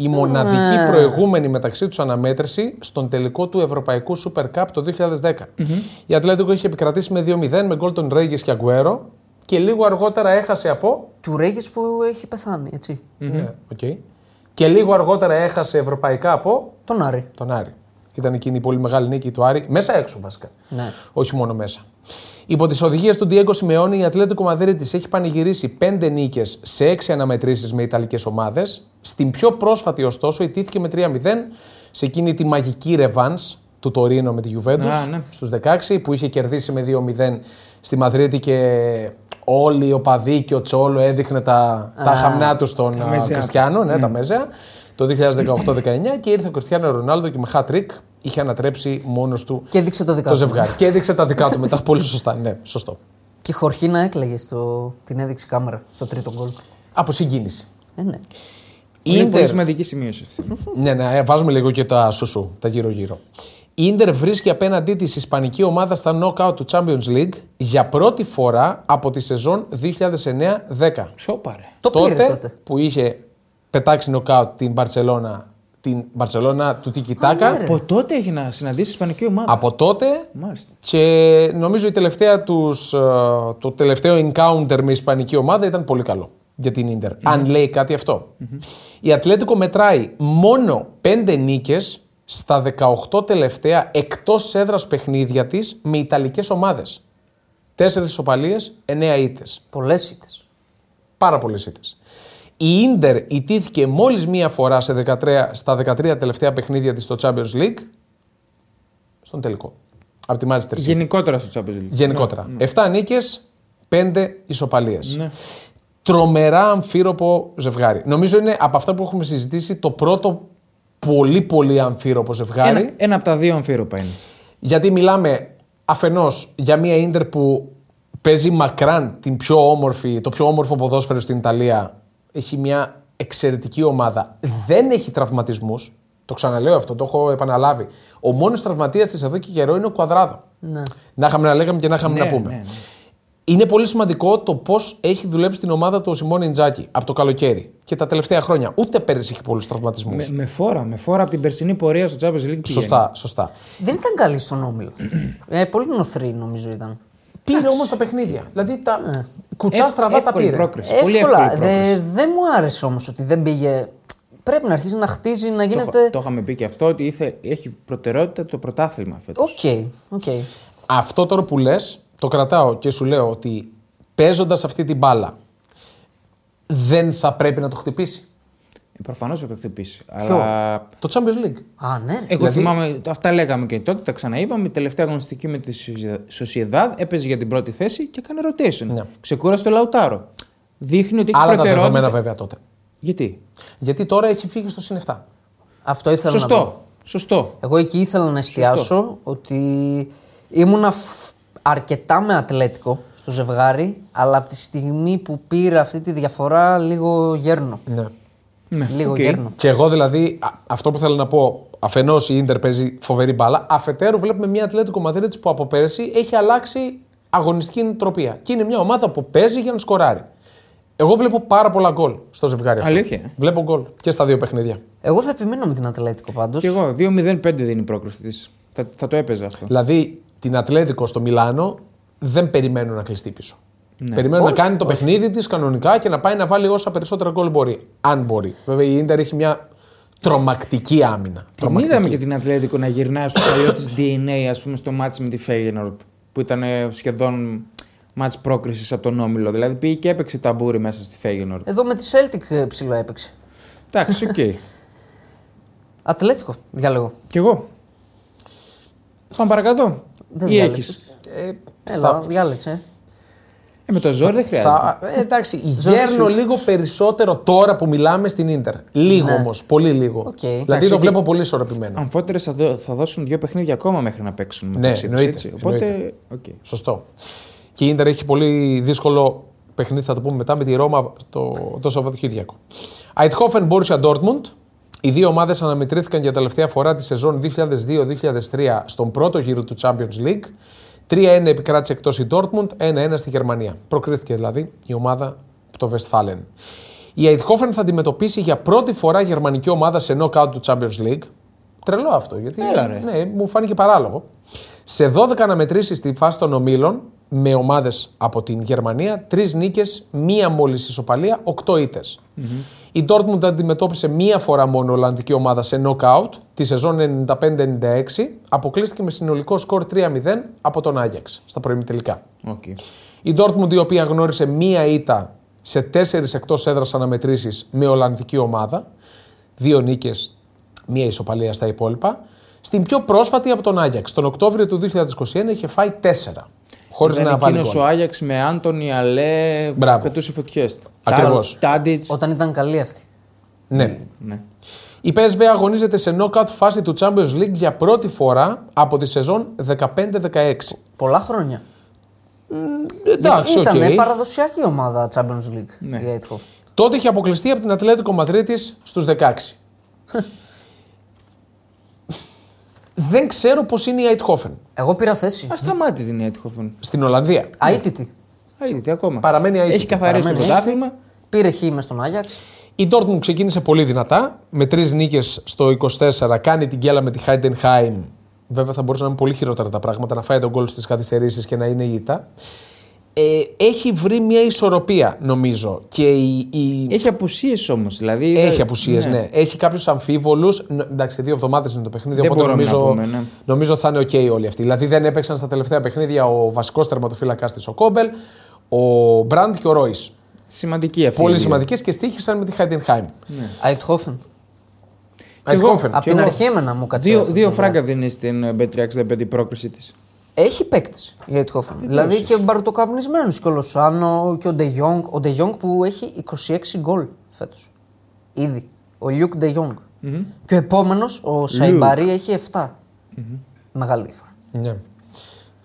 Η μοναδική προηγούμενη μεταξύ τους αναμέτρηση στον τελικό του Ευρωπαϊκού Super Cup το 2010. Η Ατλέτικο είχε επικρατήσει με 2-0 με γκολ των Ρέγγε και Αγκουέρο και λίγο αργότερα έχασε από. Του Ρέγες που έχει πεθάνει, έτσι. Ναι, οκ. Και λίγο αργότερα έχασε ευρωπαϊκά από Τον Άρη. τον Άρη. Ήταν εκείνη η πολύ μεγάλη νίκη του Άρη, μέσα έξω βασικά. Ναι. Όχι μόνο μέσα. Υπό τις οδηγίες του Ντιέγκο Σιμεώνη, η Ατλέτικο Μαδρίτη έχει πανηγυρίσει 5 νίκες σε 6 αναμετρήσεις με Ιταλικές ομάδες. Στην πιο πρόσφατη, ωστόσο, ιτήθηκε με 3-0 σε εκείνη τη μαγική ρεβάν του Τωρίνο με τη Γιουβέντους Α, ναι. στους 16, που είχε κερδίσει με 2-0 στη Μαδρίτη και όλοι οι οπαδοί και ο Τσόλο έδειχνε τα, τα χαμνά τους στον τα α, μεζιά. Κριστιανό, ναι, τα μέζα. Το 2018-19 και ήρθε ο Κριστιανό Ρονάλντο και με hat-trick είχε ανατρέψει μόνος του Και έδειξε τα δικά το του. ζευγάρι. και έδειξε τα δικά του μετά. Πολύ σωστά. Ναι, σωστό. Και η Χορχίνα έκλαιγε στο... την έδειξε η κάμερα στο τρίτο γκολ. Από συγκίνηση. Ε, ναι. Είναι πολύ Ίντερ- σημαντική σημείωση αυτή. ναι, ναι, βάζουμε λίγο και τα σουσού, τα γύρω-γύρω. Η Ίντερ βρίσκει απέναντί της Ισπανική ομάδα στα knockout του Champions League για πρώτη φορά από τη σεζόν 2009-10. Σόπαρε. Το τότε, πήρε τότε. που είχε πετάξει νοκάουτ την Μπαρσελόνα, την Μπαρσελόνα του Τίκι Α, ναι, Τάκα. ρε. Από τότε έχει να συναντήσει η Ισπανική ομάδα. Ε. Από τότε Μάλιστα. και νομίζω η τελευταία τους, ε, το τελευταίο encounter με ισπανική ομάδα ήταν πολύ καλό για την Ίντερ. Αν λέει κάτι αυτό. Η Ατλέτικο μετράει μόνο 5 νίκες στα 18 τελευταία εκτός έδρας παιχνίδια της με Ιταλικές ομάδες. 4 ισοπαλίες, 9 ήττες. Πολλές ήττες. Πάρα πολλές ήττες. Η Ίντερ ιτήθηκε μόλις μία φορά σε 13, στα 13 τελευταία παιχνίδια της στο Champions League. Στον τελικό. Από τη Manchester City. Γενικότερα στο Champions League. Γενικότερα. 7 νίκε, 5 ισοπαλίες. Ναι. Τρομερά αμφίροπο ζευγάρι. Νομίζω είναι από αυτά που έχουμε συζητήσει το πρώτο πολύ πολύ αμφίροπο ζευγάρι. Ένα, ένα από τα δύο αμφίροπα είναι. Γιατί μιλάμε αφενός για μια Ίντερ που παίζει μακράν την πιο όμορφη, το πιο όμορφο ποδόσφαιρο στην Ιταλία. Έχει μια εξαιρετική ομάδα. Δεν έχει τραυματισμούς. Το ξαναλέω αυτό, το έχω επαναλάβει. Ο μόνος τραυματίας της εδώ και καιρό είναι ο Κουαδράδο. Ναι. Να είχαμε να λέγαμε και να είχαμε Ναι, να πούμε. ναι, ναι. Είναι πολύ σημαντικό το πώς έχει δουλέψει την ομάδα του ο Σιμών Ιντζάκη από το καλοκαίρι και τα τελευταία χρόνια. Ούτε πέρυσι είχε πολλούς τραυματισμούς. Με, με φόρα, με φόρα από την περσινή πορεία στο Champions League. πηγαίνει. Σωστά, σωστά. Δεν ήταν καλή στον όμιλο. ε, πολύ νοθρή νομίζω ήταν. Πήρε όμως τα παιχνίδια. Δηλαδή τα κουτσά Εύ- στραβά τα Ναι. εύκολη πήρε. πρόκριση. Πολύ Εύκολα. εύκολη πρόκριση. Δε- Δεν μου άρεσε όμως ότι δεν πήγε. Πρέπει να αρχίσει να χτίζει, να Το, γίνεται. το είχαμε πει και αυτό ότι ήθε, έχει προτεραιότητα το πρωτάθλημα φέτος. Οκ, οκ. Αυτό τώρα που λες, το κρατάω και σου λέω ότι παίζοντας αυτή την μπάλα, δεν θα πρέπει να το χτυπήσει. Προφανώ Ε, θα το χτυπήσει. Αλλά Το Champions League. Α, ναι. ρε. Εγώ Δηλαδή- θυμάμαι, αυτά λέγαμε και τότε, τα ξαναείπαμε. Η τελευταία αγωνιστική με τη Sociedad έπαιζε για την πρώτη θέση και έκανε rotation. Ναι. Ξεκούρασε το Λαουτάρο. Δείχνει ότι έχει Άλλα τα προτεραιότητα. δεδομένα βέβαια τότε. Γιατί. Γιατί τώρα έχει φύγει στο συν 7. Αυτό ήθελα να πω. Σωστό. Σωστό. Εγώ εκεί ήθελα να εστιάσω ότι ήμουνα φ- αρκετά με ατλέτικο στο ζευγάρι, αλλά από τη στιγμή που πήρα αυτή τη διαφορά λίγο γέρνο. Ναι. Ναι. Λίγο οκ. γέρνο. Και εγώ δηλαδή, α- αυτό που θέλω να πω, αφενός η ντερ παίζει φοβερή μπάλα, αφετέρου βλέπουμε μια Ατλέτικο Μαδρίτη που από πέρσι έχει αλλάξει αγωνιστική νοοτροπία. Και είναι μια ομάδα που παίζει για να σκοράρει. Εγώ βλέπω πάρα πολλά γκολ στο ζευγάρι αυτό. Αλήθεια, ε. Βλέπω γκολ και στα δύο παιχνίδια. Εγώ θα επιμείνω με την Ατλέτικο πάντως. Και εγώ. 2-0-5 δίνει η πρόκριση της. Θα, θα το έπαιζα αυτό. Δηλαδή, την Ατλέτικο στο Μιλάνο δεν περιμένουν να κλειστεί πίσω. Περιμένουν Ναι. Όχι, να κάνει το παιχνίδι της κανονικά και να πάει να βάλει όσα περισσότερα γκολ μπορεί. Αν μπορεί. Βέβαια, η ντερ έχει μια τρομακτική άμυνα. Την είδαμε και την Ατλέτικο να γυρνάει στο παλιό της DNA, ας πούμε, στο μάτς με τη Feyenoord που ήταν ε, σχεδόν μάτς πρόκρισης από τον Όμιλο. Δηλαδή πήγε και έπαιξε ταμπούρι μέσα στη Feyenoord. Εδώ με τη Celtic ε, ψηλό έπαιξε. Εντάξει, οκ. Ατλέτικο, διάλογο. Κι εγώ. Πάμε παρακάτω. Δεν Ή διάλεξες. έχεις. Ε, Έλα, διάλεξε. ε. Ε, με το ζόρι δεν χρειάζεται. Θα, ε, εντάξει, Ζωή γέρνω σου. λίγο περισσότερο τώρα που μιλάμε στην ντερ. Λίγο Ναι. όμως, όμω, πολύ λίγο. Οκ. Δηλαδή Εντάξει, το οκ. βλέπω πολύ ισορροπημένο. Αμφότερε θα, δω- θα δώσουν δύο παιχνίδια ακόμα μέχρι να παίξουν. Ναι, μεταξύ τους, εννοείται, έτσι. Οπότε. εννοείται. οκ. Σωστό. Και η ντερ έχει πολύ δύσκολο παιχνίδι, θα το πούμε μετά, με τη Ρώμα το, το Σαββατοκύριακο. Αιτχόφεν Borussia Dortmund. Οι δύο ομάδες αναμετρήθηκαν για τελευταία φορά τη σεζόν 2002-2003 στον πρώτο γύρο του Champions League. 3-1 επικράτησε εκτός η Dortmund, 1-1 στη Γερμανία. Προκρίθηκε δηλαδή η ομάδα από το Westfalen. Η Αιτχόφεν θα αντιμετωπίσει για πρώτη φορά γερμανική ομάδα σε knockout του Champions League. Τρελό αυτό, γιατί Έλα, ρε. ναι, μου φάνηκε παράλογο. Σε 12 αναμετρήσεις στη φάση των ομίλων με ομάδες από την Γερμανία, τρεις νίκες, μία μόλις ισοπαλία, οκτώ ήτες. Η Dortmund αντιμετώπισε μία φορά μόνο Ολλανδική ομάδα σε knockout τη σεζόν 95-96. Αποκλείστηκε με συνολικό σκορ 3-0 από τον Άγιαξ στα προημιτελικά. Οκ. Η Dortmund η οποία γνώρισε μία ήττα σε τέσσερις εκτός έδρας αναμετρήσεις με Ολλανδική ομάδα, δύο νίκες, μία ισοπαλία στα υπόλοιπα, στην πιο πρόσφατη από τον Άγιαξ. Τον Οκτώβριο του 2021 είχε φάει τέσσερα, χωρίς Ήταν να βάλει εκείνος γκολ. ο Άγιαξ με Άντωνη Αλέ. Μπράβο. Πετούσε φωτιές. Ακριβώς. Τάντιτ. Όταν ήταν καλή αυτή. Ναι. Ναι. Η PSV αγωνίζεται σε knockout φάση του Champions League για πρώτη φορά από τη σεζόν 15-16. Πολλά χρόνια. Εντάξει, ήταν οκ. παραδοσιακή ομάδα Champions League Ναι. η Eindhoven. Τότε είχε αποκλειστεί από την Ατλέτικο Μαδρίτης στους 16. Δεν ξέρω πώς είναι η Αιτχόφεν Εγώ πήρα θέση. Ας σταμάτη την Αίτχοφεν. στην Ολλανδία. ναι. Αίτητη. Αίτητη ακόμα. Παραμένει αίτητη. Έχει καθαρίσει το Παραμένει πρωτάθλημα. Πήρε χ μες στον Άγιαξ. Η Dortmund ξεκίνησε πολύ δυνατά, με τρεις νίκες στο 24, κάνει την κέλα με τη Heidenheim. Βέβαια θα μπορούσαν να είναι πολύ χειρότερα τα πράγματα, να φάει τον γκολ στις καθυστερήσεις και να είναι η ήττα. Ε, έχει βρει μια ισορροπία νομίζω και η, η- Έχει απουσίες όμως. Δηλαδή, Ε, Έχει απουσίες, ναι. Έχει κάποιους αμφίβολους. Εντάξει, δύο εβδομάδες είναι το παιχνίδι, Δεν οπότε μπορούμε να νομίζω, πούμε, ναι. νομίζω θα είναι οκ όλοι αυτοί. Δηλαδή δεν έπαιξαν στα τελευταία παιχνίδια ο βασικός τερματοφύλακας της, ο Κόμπελ, ο Μπραντ και ο Ρόις. Σημαντική αυτή. η Πολύ δύο. σημαντικές και στήχησαν με τη Χάιντενχάιμ. Ναι. Αιτχόφεν. Και εγώ, Αιτχόφεν. απ' Από Κι την εγώ. αρχή εμένα μου κατσάει. Δύο, αυτό το δύο ζευγάρι. ναι. φράγκα δίνει στην ε, B365 η πρόκριση της. Έχει παίκτες η Eindhoven. Δηλαδή και μπαρτοκαπνισμένου και ο Λοσάνο και ο Ντε Jong. Ο Ντε Jong που έχει 26 γκολ φέτος. Ήδη. Ο Λιουκ Ντε Jong. Και ο επόμενος, ο Σαϊμπαρή, έχει 7. Μεγάλη διαφορά. Ναι.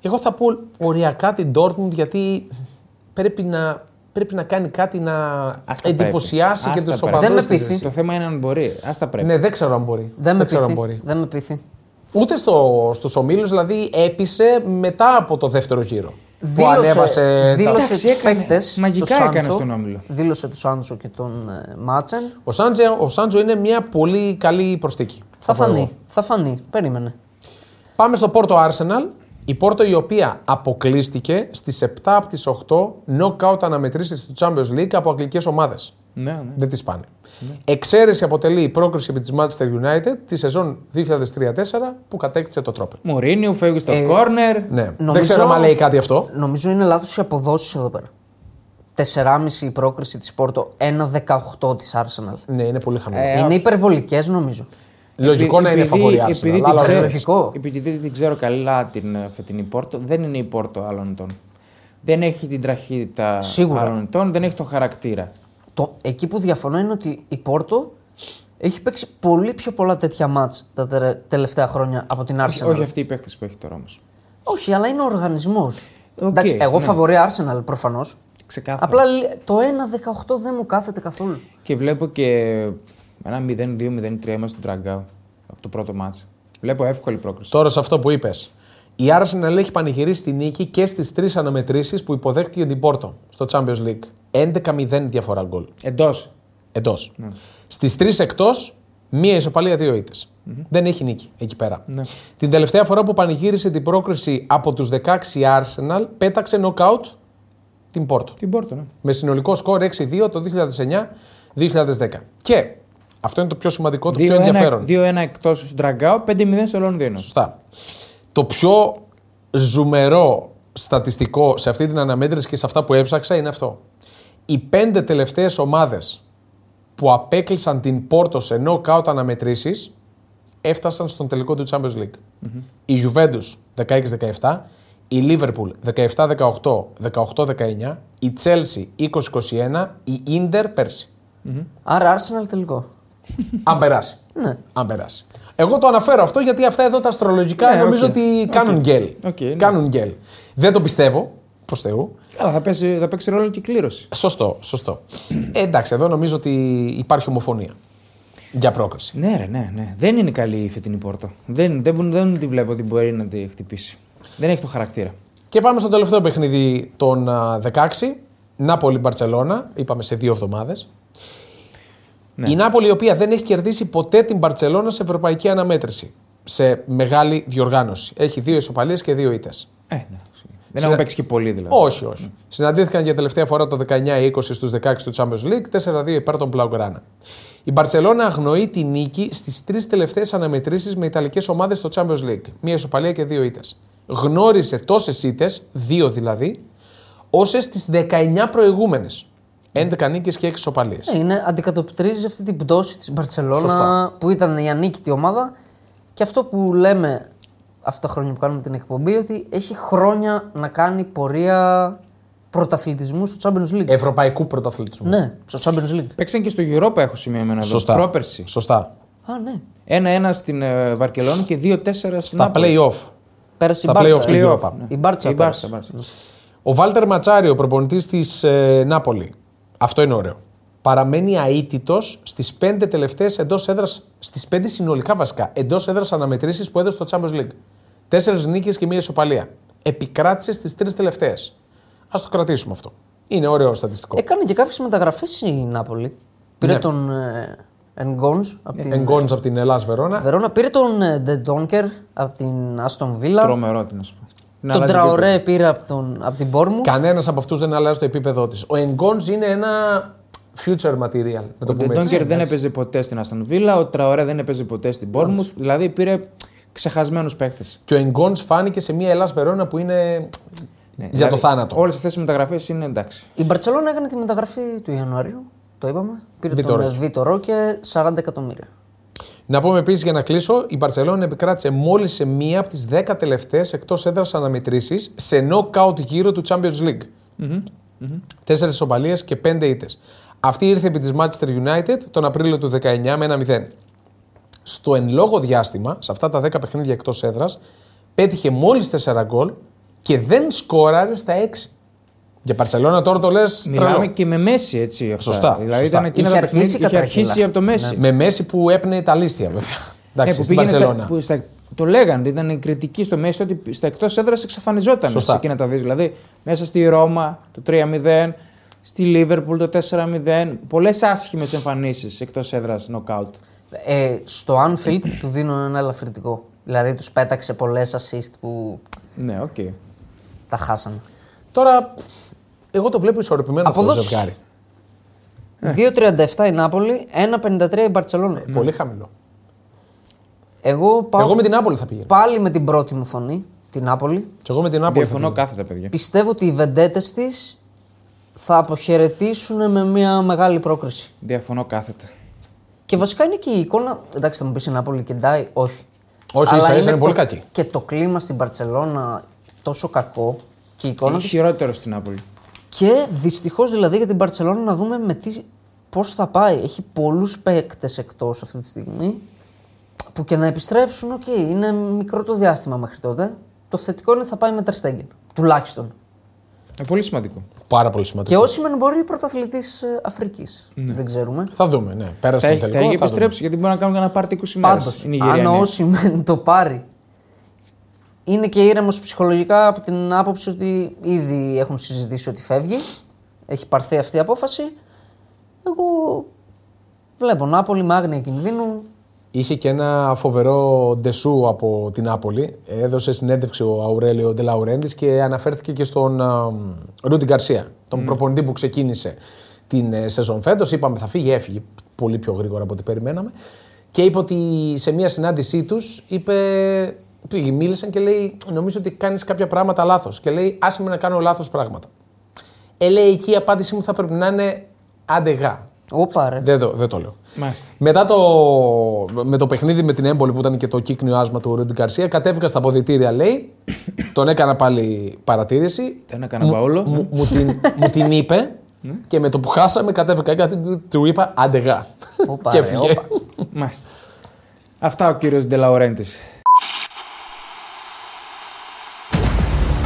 Εγώ θα πω οριακά την Dortmund γιατί πρέπει να, πρέπει να κάνει κάτι να Ας τα εντυπωσιάσει πρέπει. και Ας τους τα πρέπει. οπαδού. Δεν με πείθει. Το θέμα είναι αν μπορεί. Ας τα πρέπει. Ναι, δεν ξέρω αν μπορεί. Δεν με ξέρω αν πείθει. μπορεί. Δεν με πείθει. Ούτε στο, στους ομίλους, δηλαδή έπεισε μετά από το δεύτερο γύρο. που Δήλωσε, ανέβασε τα- δήλωσε Εντάξει, τους έκανε- παίκτες. μαγικά έκανε στον Όμιλο. Δήλωσε του Σάντσο και τον ε, Μάτσεν. Ο, Σάντζε, ο Σάντζο είναι μια πολύ καλή προστίκη. Θα πω εγώ. φανεί. Θα φανεί. Περίμενε. Πάμε στο Πόρτο Arsenal. Η Πόρτο η οποία αποκλείστηκε στις 7 από τις 8 knockout αναμετρήσεις του Champions League από αγγλικές ομάδες. Ναι, ναι. Δεν τις πάνε. Εξαίρεση αποτελεί η πρόκριση επί της Manchester United τη σεζόν 2003-2004 που κατέκτησε το τρόπο. Μουρίνιου φεύγει στο κόρνερ. Ναι. Δεν Νομίζω- ξέρω αν λέει κάτι αυτό. Νομίζω είναι λάθος οι αποδόσεις εδώ πέρα. 4,5 η πρόκριση της Πόρτο, 1,18 της Arsenal. Ναι, είναι πολύ χαμηλό. Ε, είναι υπερβολικές νομίζω. Λογικό να είναι φαβορή Arsenal, Επειδή, την αλλά ξέρω- ωραία. λογικό. επειδή δεν την ξέρω καλά την ε, φετινή Πόρτο, δεν είναι η Πόρτο άλλων ετών. Δεν έχει την τραχύτητα Σίγουρα. άλλων ετών, δεν έχει τον χαρακτήρα. Το, εκεί που διαφωνώ είναι ότι η Πόρτο έχει παίξει πολύ πιο πολλά τέτοια μάτς τα τε- τελευταία χρόνια από την Arsenal. Όχι αυτή η παίκτη που έχει τώρα όμως. Όχι, αλλά είναι ο οργανισμός. Οκ, Εντάξει, εγώ ναι. φαβορεί Arsenal προφανώς. Ξεκάθαρα. Απλά λι- το 1-18 δεν μου κάθεται καθόλου. Και βλέπω και ένα 0-2-0-3 μέσα στον Τραγκάο από το πρώτο μάτς. Βλέπω εύκολη πρόκριση. Τώρα σε αυτό που είπες. Η Arsenal έχει πανηγυρίσει τη νίκη και στις τρεις αναμετρήσεις που υποδέχτηκε την Πόρτο στο Champions League. 11-0 διαφορά γκολ. Εντός. Εντός. Στις τρεις εκτός, μία ισοπαλία, δύο ήττες. Δεν έχει νίκη εκεί πέρα. Την τελευταία φορά που πανηγύρισε την πρόκριση από τους 16 η Arsenal, πέταξε νοκάουτ την Πόρτο. Την Πόρτο, ναι. Με συνολικό σκορ 6-2 το 2009-2010. Και αυτό είναι το πιο σημαντικό, το πιο 2-1 ενδιαφέρον. 2-1 εκτός στον Τραγκάο, 5-0 στο Λονδίνο. Σωστά. Το πιο ζουμερό στατιστικό σε αυτή την αναμέτρηση και σε αυτά που έψαξα είναι αυτό. Οι πέντε τελευταίες ομάδες που απέκλεισαν την Πόρτο σε νοκάουτ αναμετρήσεις έφτασαν στον τελικό του Champions League. Η Juventus 16-17, η Liverpool 17-18, 18-19, η Chelsea 20-21, η Ίντερ πέρσι. Άρα Arsenal τελικό. Αν περάσει. Ναι. Αν περάσει. Εγώ το αναφέρω αυτό γιατί αυτά εδώ τα αστρολογικά Ναι, νομίζω οκ. ότι κάνουν γκέλ. Οκ, ναι. Κάνουν γκέλ. Δεν το πιστεύω. Προς Θεού. Αλλά θα παίξει, θα παίξει ρόλο και η κλήρωση. Σωστό, σωστό. Ε, εντάξει, εδώ νομίζω ότι υπάρχει ομοφωνία για πρόκριση. Ναι, ρε, ναι, ναι. Δεν είναι καλή η φετινή Πόρτο. Δεν, δεν, δεν τη βλέπω ότι μπορεί να τη χτυπήσει. Δεν έχει το χαρακτήρα. Και πάμε στο τελευταίο παιχνίδι των α, 16. Νάπολη Μπαρσελόνα. Είπαμε σε δύο εβδομάδες. Ναι. Η Νάπολη, η οποία δεν έχει κερδίσει ποτέ την Μπαρσελόνα σε ευρωπαϊκή αναμέτρηση. Σε μεγάλη διοργάνωση. Έχει δύο ισοπαλίες και δύο ήττες. Ε, εντάξει. Δεν έχουν παίξει και πολύ δηλαδή. Όχι, όχι. Συναντήθηκαν για τελευταία φορά το 19-20 στους 16 του Champions League, 4-2 υπέρ των Blaugrana. Η Μπαρσελόνα αγνοεί τη νίκη στις τρεις τελευταίες αναμετρήσεις με ιταλικές ομάδες στο Champions League. Μία ισοπαλία και δύο ήττες. Γνώρισε τόσες ήττες, δύο δηλαδή, όσες τις 19 προηγούμενες. 11 νίκες και 6 ισοπαλίες. Ε, είναι, αντικατοπτρίζει αυτή την πτώση της Μπαρσελόνα Σωστά. που ήταν η ανίκητη ομάδα. Και αυτό που λέμε αυτά τα χρόνια που κάνουμε την εκπομπή, ότι έχει χρόνια να κάνει πορεία πρωταθλητισμού στο Champions League. Ναι. Ε, Ευρωπαϊκού πρωταθλητισμού. Ναι, στο Champions League. Παίξαν και στο Europa, έχω σημειωμένο εδώ. Σωστά. Πρόπερση. Σωστά. Α, ναι. Ένα-ένα στην ε, Βαρκελόνη και δύο-τέσσερα στην Στα Νάπολη. play-off. Πέρασε η Στα Μπάρτσα. play-off ε. του Play-off, Europa. ναι. Η Μπάρτσα. Η πέρασε. Μπάρτσα, Μπάρτσα. Ο Βάλτερ Ματσάρη, ο προπονητής της ε, Νάπολη. Αυτό είναι ωραίο. Παραμένει αίτητος στις πέντε τελευταίες εντός έδρας, στις πέντε συνολικά βασικά εντός έδρας αναμετρήσεις που έδωσε στο Champions League. Τέσσερις νίκες και μία ισοπαλία. Επικράτησες στι τρεις τελευταίες. Ας το κρατήσουμε αυτό. Είναι ωραίο στατιστικό. Έκανε και κάποιες μεταγραφές η Νάπολη. Ναι. Πήρε τον ε, Engones Ε, από την Εγκόνης από την Ελλάδα Βερόνα. Βερόνα, πήρε τον ε, De Donker από την Aston Villa. Τρομερό τι να σου πω. Να Τον αλλάζει λίγο. Τραωρέ πήρε από, τον, από την Bournemouth. Κανένας από αυτούς δεν αλλάζει το επίπεδό της. Ο Εγκόνς είναι ένα future material. Να το Ο πούμε έτσι. Ντόνκερ δεν έπαιζε ποτέ στην Αστον Βίλα, ο Τραωρέ δεν έπαιζε ποτέ στην Bournemouth, δηλαδή πήρε ξεχασμένους παίχτε. Και ο Εγκόνς φάνηκε σε μία Ελλάδα Βερόνα που είναι Ε, Ναι, για δηλαδή, το θάνατο. Όλες αυτές οι μεταγραφές είναι εντάξει. Η Μπαρσελόνα έκανε τη μεταγραφή του Ιανουαρίου, το είπαμε. Πήρε Βίτο τον Ρόκε. Βίτο Ρόκε 40 εκατομμύρια. Να πούμε επίσης για να κλείσω: η Μπαρσελόνα επικράτησε μόλις σε μία από τις 10 τελευταίες εκτός έδρας αναμετρήσεις σε knockout γύρο του Champions League. Τέσσερι ισοπαλίε και πέντε ήττες. Αυτή ήρθε επί της Manchester United τον Απρίλιο του 19 με ένα 0. Στο εν λόγω διάστημα, σε αυτά τα 10 παιχνίδια εκτός έδρας, πέτυχε μόλις 4 γκολ και δεν σκόραρε στα 6. Για Παρσελόνα τώρα το λες. Μιλάμε και με Μέση έτσι. Αυτά. Σωστά, Δηλαδή σωστά. ήταν εκείνα Είχε τα αρχίσει παιχνίδια και είχε κατρακύλα. αρχίσει από το Μέση. Ε, Με μέση που έπνεε τα λίστια, βέβαια. Εντάξει, που στην πήγαινε στα- Παρσελόνα. που στα- το λέγανε, ήταν η κριτική στο Μέση ότι στα εκτός έδρας εξαφανιζόταν Σωστά. σε εκείνα τα δύο. Δηλαδή μέσα στη Ρώμα το 3-0, στη Λίβερπουλ το 4-0. Πολλές άσχημες εμφανίσεις εκτός έδρας νοκάουτ. Ε, στο Anfield του δίνουν ένα ελαφρυντικό. Δηλαδή τους πέταξε πολλές assist που Ναι, οκ. τα χάσανε. Τώρα, εγώ το βλέπω ισορροπημένο αυτό το Αποδόσεις. ζευγάρι. Ναι. 2,37 η Νάπολη, 1,53 η Μπαρσελόνα. Ναι. Πολύ χαμηλό. Εγώ πάω Ναι. Εγώ με την Νάπολη θα πήγαινα. πάλι με την πρώτη μου φωνή, την Νάπολη. Και εγώ με την Νάπολη. θα Διαφωνώ πήγαινα. κάθετα, παιδιά. Πιστεύω ότι οι βεντέτες της θα αποχαιρετήσουν με μια μεγάλη πρόκριση. Διαφωνώ κάθετα. Και βασικά είναι και η εικόνα. Εντάξει, θα μου πεις η Νάπολη κεντάει, όχι. Όχι, Αλλά ίσα- ίσα είναι πολύ το- κακή. Και το κλίμα στην Παρσελώνα τόσο κακό και η εικόνα Είναι της. χειρότερο στην Νάπολη. Και δυστυχώς δηλαδή για την Παρσελώνα να δούμε με τι, πώς θα πάει. Έχει πολλούς παίκτες εκτός αυτή τη στιγμή που και να επιστρέψουν, οκ, είναι μικρό το διάστημα μέχρι τότε. Το θετικό είναι θα πάει με Τερστέγγεν. Τουλάχιστον. Ε, πολύ σημαντικό. Πάρα πολύ Και σημαντικό. όσοι μεν μπορεί πρωταθλητής Αφρικής. Ναι. Δεν ξέρουμε. Θα δούμε, ναι. Πέρασε Θα, τον έχει- θα τελικό. έχει Θα δούμε. επιστρέψει γιατί μπορεί να κάνουν ένα πάρτι 20 μέρες. Πάντως, αν ναι. ο Όσιμεν το πάρει, είναι και ήρεμος ψυχολογικά από την άποψη ότι ήδη έχουν συζητήσει ότι φεύγει. Έχει πάρθει αυτή η απόφαση. Εγώ βλέπω Νάπολη με άγνοια κινδύνου. Είχε και ένα φοβερό ντεσού από την Νάπολη. Έδωσε συνέντευξη ο Αουρέλιο Ντελαουρέντης και αναφέρθηκε και στον Ρούντι Γκαρσία, τον προπονητή που ξεκίνησε την ε, σεζόν φέτος. Είπαμε θα φύγει, έφυγε πολύ πιο γρήγορα από ό,τι περιμέναμε. Και είπε ότι σε μια συνάντησή τους είπε. πήγε, Μίλησαν και λέει: Νομίζω ότι κάνεις κάποια πράγματα λάθος. Και λέει: Άσε με να κάνω λάθος πράγματα. Ε, λέει, εκεί η απάντησή μου θα πρέπει να είναι αντεγά. Όπα ρε. Δεν, το- δεν το λέω. Μάλιστα. Μετά το, με το παιχνίδι με την έμπολη που ήταν και το κύκνιο άσμα του Ρούντι Γκαρσία, κατέβηκα στα αποδητήρια, λέει. τον έκανα πάλι παρατήρηση. Τον έκανα μπαόλο. Μου, μου την, μου την είπε Mm. και με το που χάσαμε κατέβηκα και του- του είπα αντεγά. Όπα, και ρε, έφυγε. όπα. Μάλιστα. Αυτά ο κύριος Ντελαουρέντης.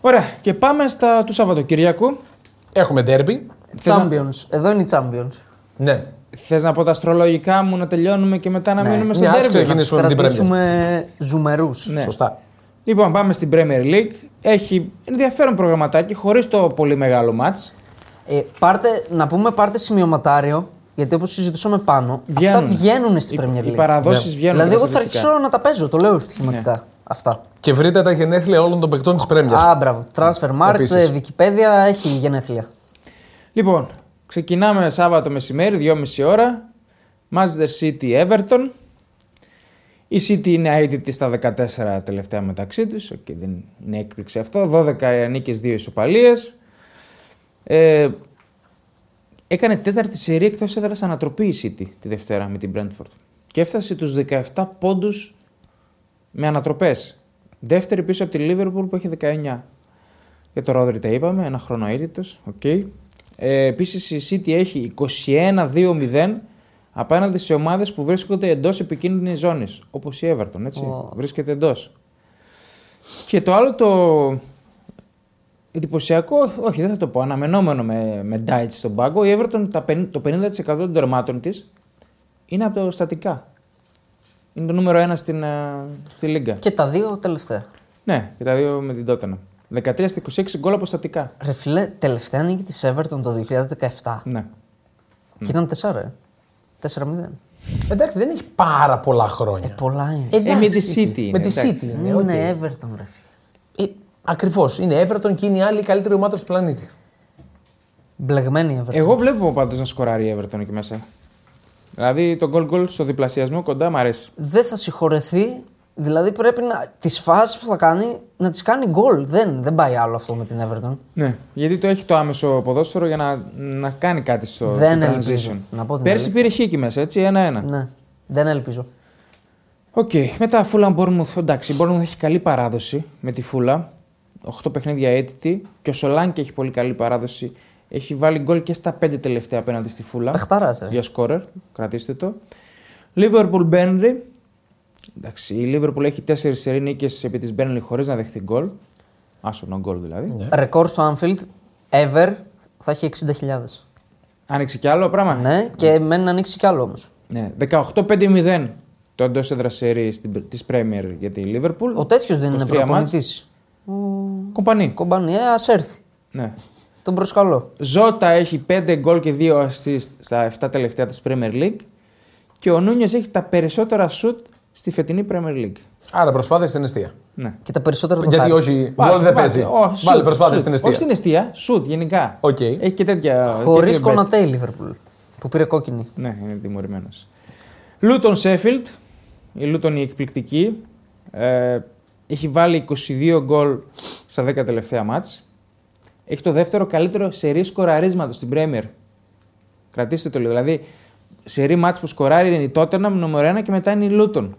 Ωραία, και πάμε στα του Σαββατοκύριακου. Έχουμε ντέρμπι. Champions. Εδώ είναι η Champions. Ναι. Θες να πω τα αστρολογικά μου να τελειώνουμε και μετά να μείνουμε στο Ναι, ας τέρμι. ξεκινήσουμε. Τους Κινήσουμε την κρατήσουμε ζουμερούς. Ναι. Σωστά. Λοιπόν, πάμε στην Premier League. Έχει ενδιαφέρον προγραμματάκι, χωρίς το πολύ μεγάλο μάτς. Ε, πάρτε, να πούμε πάρτε σημειωματάριο, γιατί όπως συζητούσαμε πάνω, αυτά βγαίνουν στην Οι- Premier Οι League. παραδόσεις Ναι. βγαίνουν. Δηλαδή, τα εγώ θα στατιστικά. αρχίσω να τα παίζω, το λέω στοιχηματικά. Ναι. Αυτά. Και βρείτε τα γενέθλια όλων των παικτών της Πρέμιας. Α, μπράβο. Transfer Market, Επίσης. ε, Wikipedia, έχει γενέθλια. Λοιπόν, ξεκινάμε Σάββατο μεσημέρι, 2,5 ώρα. Manchester City Everton. Η City είναι αίτητη στα 14 τελευταία μεταξύ τους. Οκ, δεν είναι έκπληξη αυτό. 12 νίκες, 2 ισοπαλίες. Ε, έκανε τέταρτη σερή εκτός έδρας ανατροπή η City τη Δευτέρα με την Brentford. Και έφτασε τους 17 πόντους με ανατροπές. Δεύτερη πίσω από τη Liverpool που έχει 19. Για το Ρόδρυ τα είπαμε, ένα χρόνο αίτητος. Okay. Ε, Επίσης η City έχει 21-2-0 απέναντι σε ομάδες που βρίσκονται εντός επικίνδυνης ζώνης. Όπως η Everton, έτσι. Ω. Βρίσκεται εντός. Και το άλλο το εντυπωσιακό, όχι δεν θα το πω, αναμενόμενο με, με Diet στον πάγκο, η Everton τα, πεν- το 50% των τερμάτων της είναι από το στατικά. Είναι το νούμερο ένα στην, ε, στη Λίγκα. Και τα δύο τελευταία. Ναι, και τα δύο με την Τότανα. 13 στα 26 γκολ αποστατικά. Ρε φίλε, τελευταία νίκη της Everton το 2017. Ναι. Και ήταν 4. ε. 4-0. Εντάξει, δεν έχει πάρα πολλά χρόνια. Ε, πολλά είναι. Ε, με τη City. με είναι, τη εντάξει. Ναι, City. Μην είναι Everton, ρε φίλε. Ε, Ακριβώς. Είναι Everton και είναι η άλλη η καλύτερη ομάδα του πλανήτη. Μπλεγμένη η Everton. Εγώ βλέπω πάντως να σκοράρει η Everton εκεί μέσα. Δηλαδή το γκολ γκολ στο διπλασιασμό κοντά μου αρέσει. Δεν θα συγχωρεθεί. Δηλαδή πρέπει να. τις φάσεις που θα κάνει να τις κάνει γκολ. Δεν, δεν πάει άλλο αυτό με την Everton. Ναι, γιατί το έχει το άμεσο ποδόσφαιρο για να, να κάνει κάτι στο, Δεν στο ελπίζω, transition. να πω την Πέρσι αλήθεια. πήρε χ εκεί μέσα, έτσι, ένα-ένα. Ναι. Δεν ελπίζω. Οκ, μετά Φούλα Μπόρμουθ. Εντάξει, η Μπόρμουθ έχει καλή παράδοση με τη Φούλα. 8 παιχνίδια αίτητη. Και ο Σολάνκη έχει πολύ καλή παράδοση. Έχει βάλει γκολ και στα 5 τελευταία απέναντι στη Φούλα. Πεχταράς, ρε. Για σκόρερ, κρατήστε το. Λίβερπουλ Μπέρνλι. Εντάξει, η Λίβερπουλ έχει 4 σερή νίκες επί της Μπέρνλι χωρίς να δεχτεί γκολ. Άσονο γκολ δηλαδή. Ρεκόρ στο Anfield ever θα έχει 60.000. Άνοιξε κι άλλο πράγμα. Ναι, και μένει να ανοίξει κι άλλο όμως. Ναι, 18-5-0 το εντός έδρας σερή της Πρέμιερ για τη Λίβερπουλ. Ο τέτοιος δεν είναι 23 μάτς. προπονητή. Κομπανί. Κομπανιέ, α ε, έρθει. Ναι. Τον προσκαλώ. Ζώτα έχει 5 γκολ και 2 assist στα 7 τελευταία της Premier League και ο Νούνιος έχει τα περισσότερα σουτ στη φετινή Premier League. Άρα προσπάθεια στην αιστεία. Ναι. Και τα περισσότερα τον Γιατί χάρη. όχι, Βάλε, γκολ δεν βάλε. παίζει. Ω, σουτ, Βάλε προσπάθεια σουτ. στην Όχι αιστεία. στην αιστεία, σουτ γενικά. Οκ. Έχει και τέτοια. Χωρί τέτοια bet. Κονατέ η Liverpool που πήρε κόκκινη. Ναι, είναι τιμωρημένος. Λούτον Σέφιλτ. Η Λούτον η εκπληκτική. Ε, έχει βάλει 22 γκολ στα 10 τελευταία μάτς. Έχει το δεύτερο καλύτερο σερί σκοραρίσματος στην Πρέμιερ. Κρατήστε το λίγο. Δηλαδή, σερί μάτς που σκοράρει είναι η Τότεναμ, νούμερο 1 και μετά είναι η Λούτον.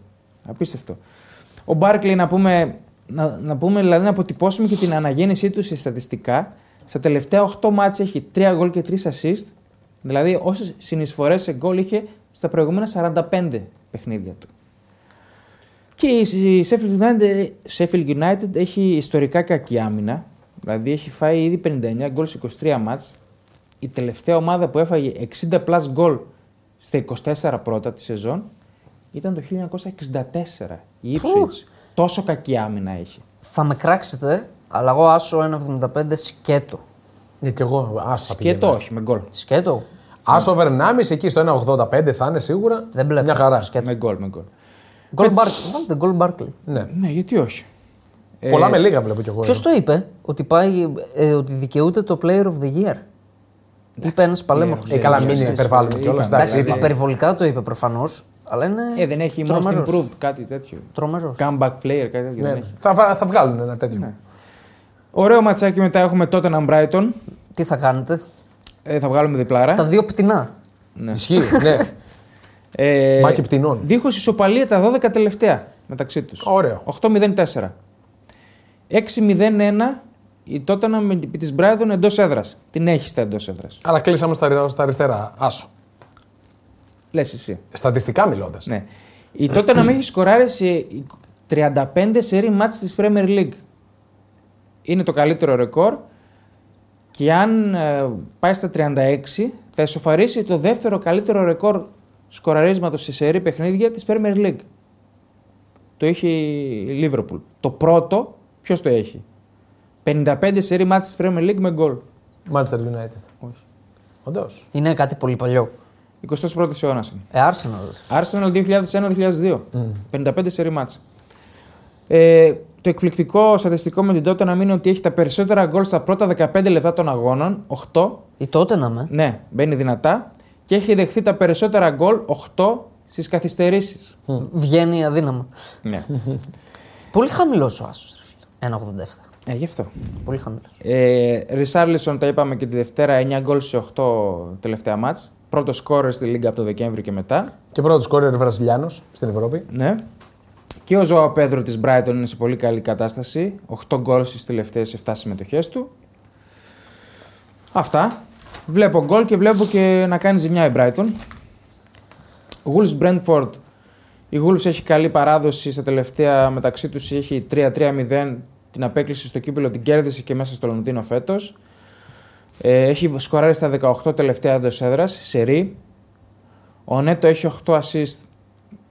Απίστευτο. Ο Μπάρκλι να πούμε, να, να πούμε, δηλαδή να αποτυπώσουμε και την αναγέννησή του σε στατιστικά. Στα τελευταία 8 μάτς έχει 3 γκολ και 3 assist. Δηλαδή όσες συνεισφορές σε γκολ είχε στα προηγούμενα 45 παιχνίδια του. Και η Sheffield United, Sheffield United έχει ιστορικά κακή άμυνα. Δηλαδή έχει φάει ήδη 59 γκολ σε 23 μάτς. Η τελευταία ομάδα που έφαγε 60 plus γκολ στα 24 πρώτα της σεζόν ήταν το 1964. Η Ipswich. Τόσο κακή άμυνα έχει. Θα με κράξετε, αλλά εγώ άσο 1,75 σκέτο. Ναι, και εγώ άσο θα Και το πήγαινα. όχι με γκολ. Σκέτο. Άσο over 1,5 εκεί στο 1,85 θα είναι σίγουρα. Δεν βλέπω. Μια χαρά. Σκέτο. Με γκολ, με γκολ. Γκολ Μπάρκλι. Βάλτε γκολ Μπάρκλι. Ναι. Ναι, γιατί όχι. Ε, Πολλά με λίγα βλέπω κι εγώ. Ποιος εδώ. το είπε ότι, πάει, ε, ότι δικαιούται το player of the year. Είπε ένας παλέμαχο. Ε, καλά, μην υπερβάλλουμε κιόλας. Εντάξει, υπερβολικά το είπε προφανώς, αλλά είναι. Ε, δεν έχει most τρομερός. improved κάτι τέτοιο. Τρομερός. Ναι, Comeback player, κάτι τέτοιο. δεν έχει. Ναι. Θα, βα- θα βγάλουν ένα τέτοιο. Ναι, Ωραίο ματσάκι μετά έχουμε Tottenham Brighton. Τι θα κάνετε. Ε, θα βγάλουμε διπλάρα. Τα δύο πτηνά. Ισχύει, ναι. Ε, Μάχη πτηνών. Δίχως ισοπαλία τα 12 τελευταία μεταξύ τους. Ωραίο. 8-0-4. 6-0-1 η Τότανα με τη Brighton εντός έδρας. Την έχεις στα εντός έδρας. Αλλά κλείσαμε στα, στα αριστερά. Άσο. Λες εσύ. Στατιστικά μιλώντας. Ναι. Η Τότανα έχει σκοράρει σε 35 σερή μάτς της Premier League. Είναι το καλύτερο ρεκόρ και αν ε, πάει στα 36 θα ισοφαρίσει το δεύτερο καλύτερο ρεκόρ σκοραρίσματος σε σερή παιχνίδια της Premier League. Το έχει η Liverpool. Το πρώτο ποιος το έχει. 55 σερή μάτς της Premier League με γκολ. Manchester United. Όχι. Όντως. Είναι κάτι πολύ παλιό. 21ος αιώνας είναι. Ε, Arsenal. Arsenal 2001-2002. 55 σερή μάτς. Ε, το εκπληκτικό στατιστικό με την Tottenham είναι ότι έχει τα περισσότερα γκολ στα πρώτα 15 λεπτά των αγώνων. 8. Ή τότε να με. Ναι, μπαίνει δυνατά. Και έχει δεχθεί τα περισσότερα γκολ 8 στις καθυστερήσεις. Βγαίνει αδύναμα. Ναι. Πολύ χαμηλός ο Άσος. 1,87. ε, γι' αυτό. Πολύ χαμηλός. Ε, Ρισάρλισον τα είπαμε και τη Δευτέρα 9 γκολ σε 8 τελευταία μάτς. Πρώτος σκόρερ στη Λίγκα από το Δεκέμβρη και μετά. Και πρώτος κόρεα Βραζιλιάνος στην Ευρώπη. Ναι. Και ο Ζωά Πέδρο της Brighton είναι σε πολύ καλή κατάσταση. 8 γκολ στις τελευταίες 7 συμμετοχές του. Αυτά. Βλέπω γκολ και βλέπω και να κάνει ζημιά η Brighton. Wolves Brentford. Η Wolves έχει καλή παράδοση στα τελευταία μεταξύ τους. Έχει 3-3-0 την απέκλειση στο κύπελο, την κέρδισε και μέσα στο Λονδίνο φέτος. έχει σκοράρει στα 18 τελευταία εντός έδρας, σε ρί. Ο Νέτο έχει 8 assist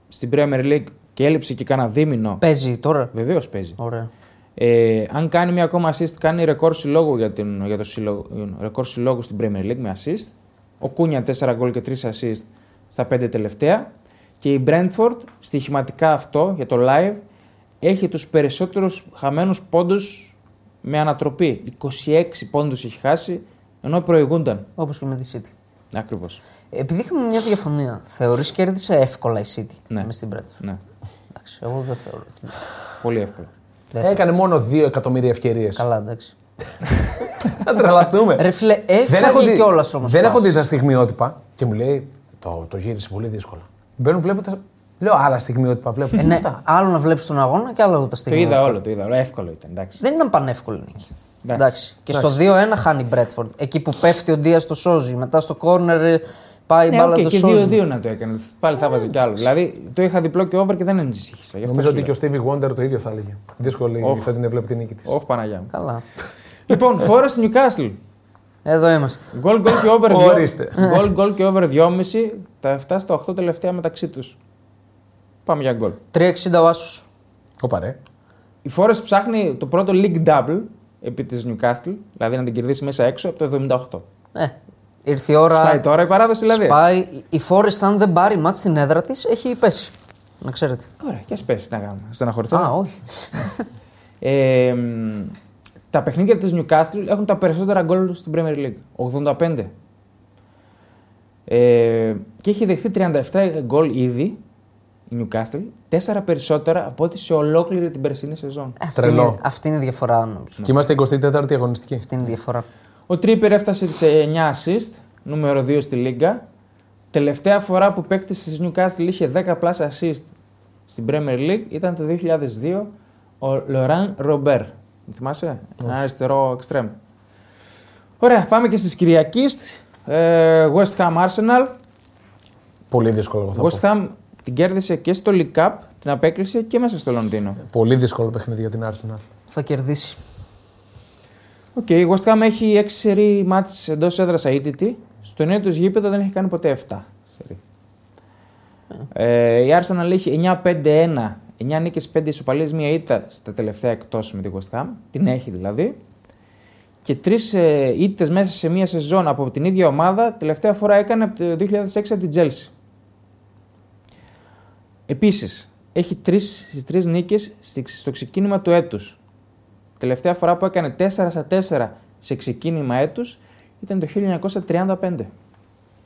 στην Premier League και έλειψε και κανένα δίμηνο. Παίζει τώρα. Βεβαίως παίζει. Ωραία. Ε, αν κάνει μία ακόμα assist, κάνει ρεκόρ συλλόγου για, την, για το συλλογ- ρεκόρ συλλόγου στην Premier League με assist. Ο Κούνια 4 γκολ και 3 assist στα 5 τελευταία. Και η Brentford, στοιχηματικά αυτό για το live, έχει τους περισσότερους χαμένους πόντους με ανατροπή. 26 πόντους έχει χάσει, ενώ προηγούνταν. Όπως και με τη City. Ακριβώς. Επειδή είχαμε μια διαφωνία, θεωρείς κέρδισε εύκολα η City Ναι. μες στην Brentford. Ναι, Εντάξει, εγώ δεν θεωρώ. πολύ εύκολα. Ε, Δεν θεωρώ. Έκανε μόνο 2 εκατομμύρια ευκαιρίες. Καλά, εντάξει. Να τρελαθούμε. Ρε φίλε, έφαγε δει- κιόλας όμως. δεν έχω δει τα στιγμιότυπα και μου λέει το, το γύρισε πολύ δύσκολα. Μπαίνω, βλέπω τα. Λέω άλλα στιγμιότυπα. Βλέπω. Ε, ναι, Αυτά. άλλο να βλέπεις τον αγώνα και άλλο εγώ τα Το στιγμή. είδα όλο, το είδα όλο. Εύκολο ήταν, εντάξει. Δεν ήταν πανεύκολη νίκη. Εντάξει. Εντάξει. Και στο 2-1 χάνει η Μπρέτφορντ. Εκεί που πέφτει ο Ντίας στο σώζει. Μετά στο κόρνερ ε, πάει η Ναι, μπάλα οκ, το και σώζει. 2-2 να το έκανε. Πάλι θα βάζει κι άλλο. Δηλαδή το είχα διπλό και over και δεν ανησύχησα. Γι' αυτό Νομίζω σου ότι και λέω. ο Stevie Wonder το ίδιο θα έλεγε. Δύσκολη oh. φετινή βλέπω τη νίκη της. Όχι, Παναγιά μου. Καλά. λοιπόν, Forest Newcastle. Εδώ είμαστε. Γκολ, γκολ και over 2. Ορίστε. Γκολ, γκολ και over 2,5. Τα 7 στα 8 τελευταία μεταξύ τους. Πάμε για γκολ. 3-60 ο Άσος. Όπα ρε. Η Forest ψάχνει το πρώτο League Double επί της Newcastle, δηλαδή να την κερδίσει μέσα έξω από το 78. Ε, ήρθε η ώρα. Σπάει τώρα η παράδοση δηλαδή. Σπάει. Η Φόρεστ, αν δεν πάρει μάτς στην έδρα της, έχει πέσει. Να ξέρετε. Ωραία, και ας πέσει να κάνουμε. Στεναχωρηθώ. Α, όχι. Ε, μ, τα παιχνίδια της Newcastle έχουν τα περισσότερα γκολ στην Premier League. 85. Ε, και έχει δεχθεί 37 γκολ ήδη η Newcastle. Τέσσερα περισσότερα από ό,τι σε ολόκληρη την περσινή σεζόν. Ε, αυτή, Τρελό. είναι, αυτή είναι η διαφορά νομίζω. Ναι. Και είμαστε 24η αγωνιστική. Αυτή είναι η διαφορά. Ο Τρίπερ έφτασε σε 9 assist, νούμερο 2 στη Λίγκα. Τελευταία φορά που παίκτης της Newcastle είχε 10 plus assist στην Premier League ήταν το 2002 ο Λοράν Ρομπέρ. Θυμάσαι, ένα αριστερό εξτρέμ. Ωραία, πάμε και στις Κυριακής. Ε, West Ham Arsenal. Πολύ δύσκολο εγώ θα West πω. Ham την κέρδισε και στο League Cup, την απέκλεισε και μέσα στο Λονδίνο. Πολύ δύσκολο παιχνίδι για την Arsenal. Θα κερδίσει. Οκ, η West Ham έχει 6 σερή μάτς εντός έδρας αίτητη. Στο νέο τους γήπεδο δεν έχει κάνει ποτέ 7 σερή. Ε, η Arsenal έχει 9-5-1, 9 νίκες, 5 ισοπαλίες, μία ήττα στα τελευταία εκτός με τη West Ham. Την έχει δηλαδή. Και τρεις ε, ήττες μέσα σε μία σεζόν από την ίδια ομάδα, τελευταία φορά έκανε από το 2006 από την Chelsea. Επίσης, έχει τρεις, στις τρεις νίκες στη- στο ξεκίνημα του έτους. Τελευταία φορά που έκανε 4 στα 4 σε ξεκίνημα έτους ήταν το 1935.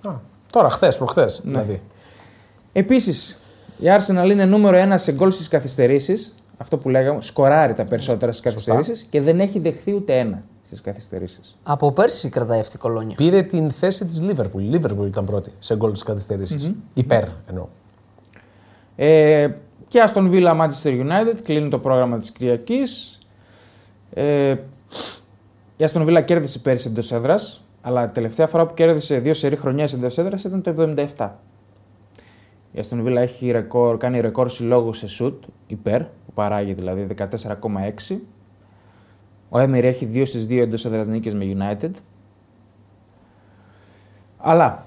Α, τώρα, χθες, προχθές. Δηλαδή. Επίσης, η Arsenal είναι νούμερο 1 σε γκολ στις καθυστερήσεις. Αυτό που λέγαμε, σκοράρει τα περισσότερα στις καθυστερήσεις και δεν έχει δεχθεί ούτε ένα στις καθυστερήσεις. Από πέρσι κρατάει αυτή η κολόνια. Πήρε την θέση της Liverpool. Η Liverpool ήταν πρώτη σε γκολ τη καθυστερηση Υπέρ εννοώ. Ε, και Aston Villa Manchester United κλείνει το πρόγραμμα της Κυριακής. Ε, η Aston Villa κέρδισε πέρυσι εντός έδρας, αλλά τελευταία φορά που κέρδισε δύο σερή χρονιές εντός έδρας ήταν το 77. Η Aston Villa έχει ρεκόρ, κάνει ρεκόρ συλλόγους σε σουτ, υπέρ, που παράγει δηλαδή 14,6. Ο Έμερ έχει 2 στις 2 εντός έδρας νίκες με United. Αλλά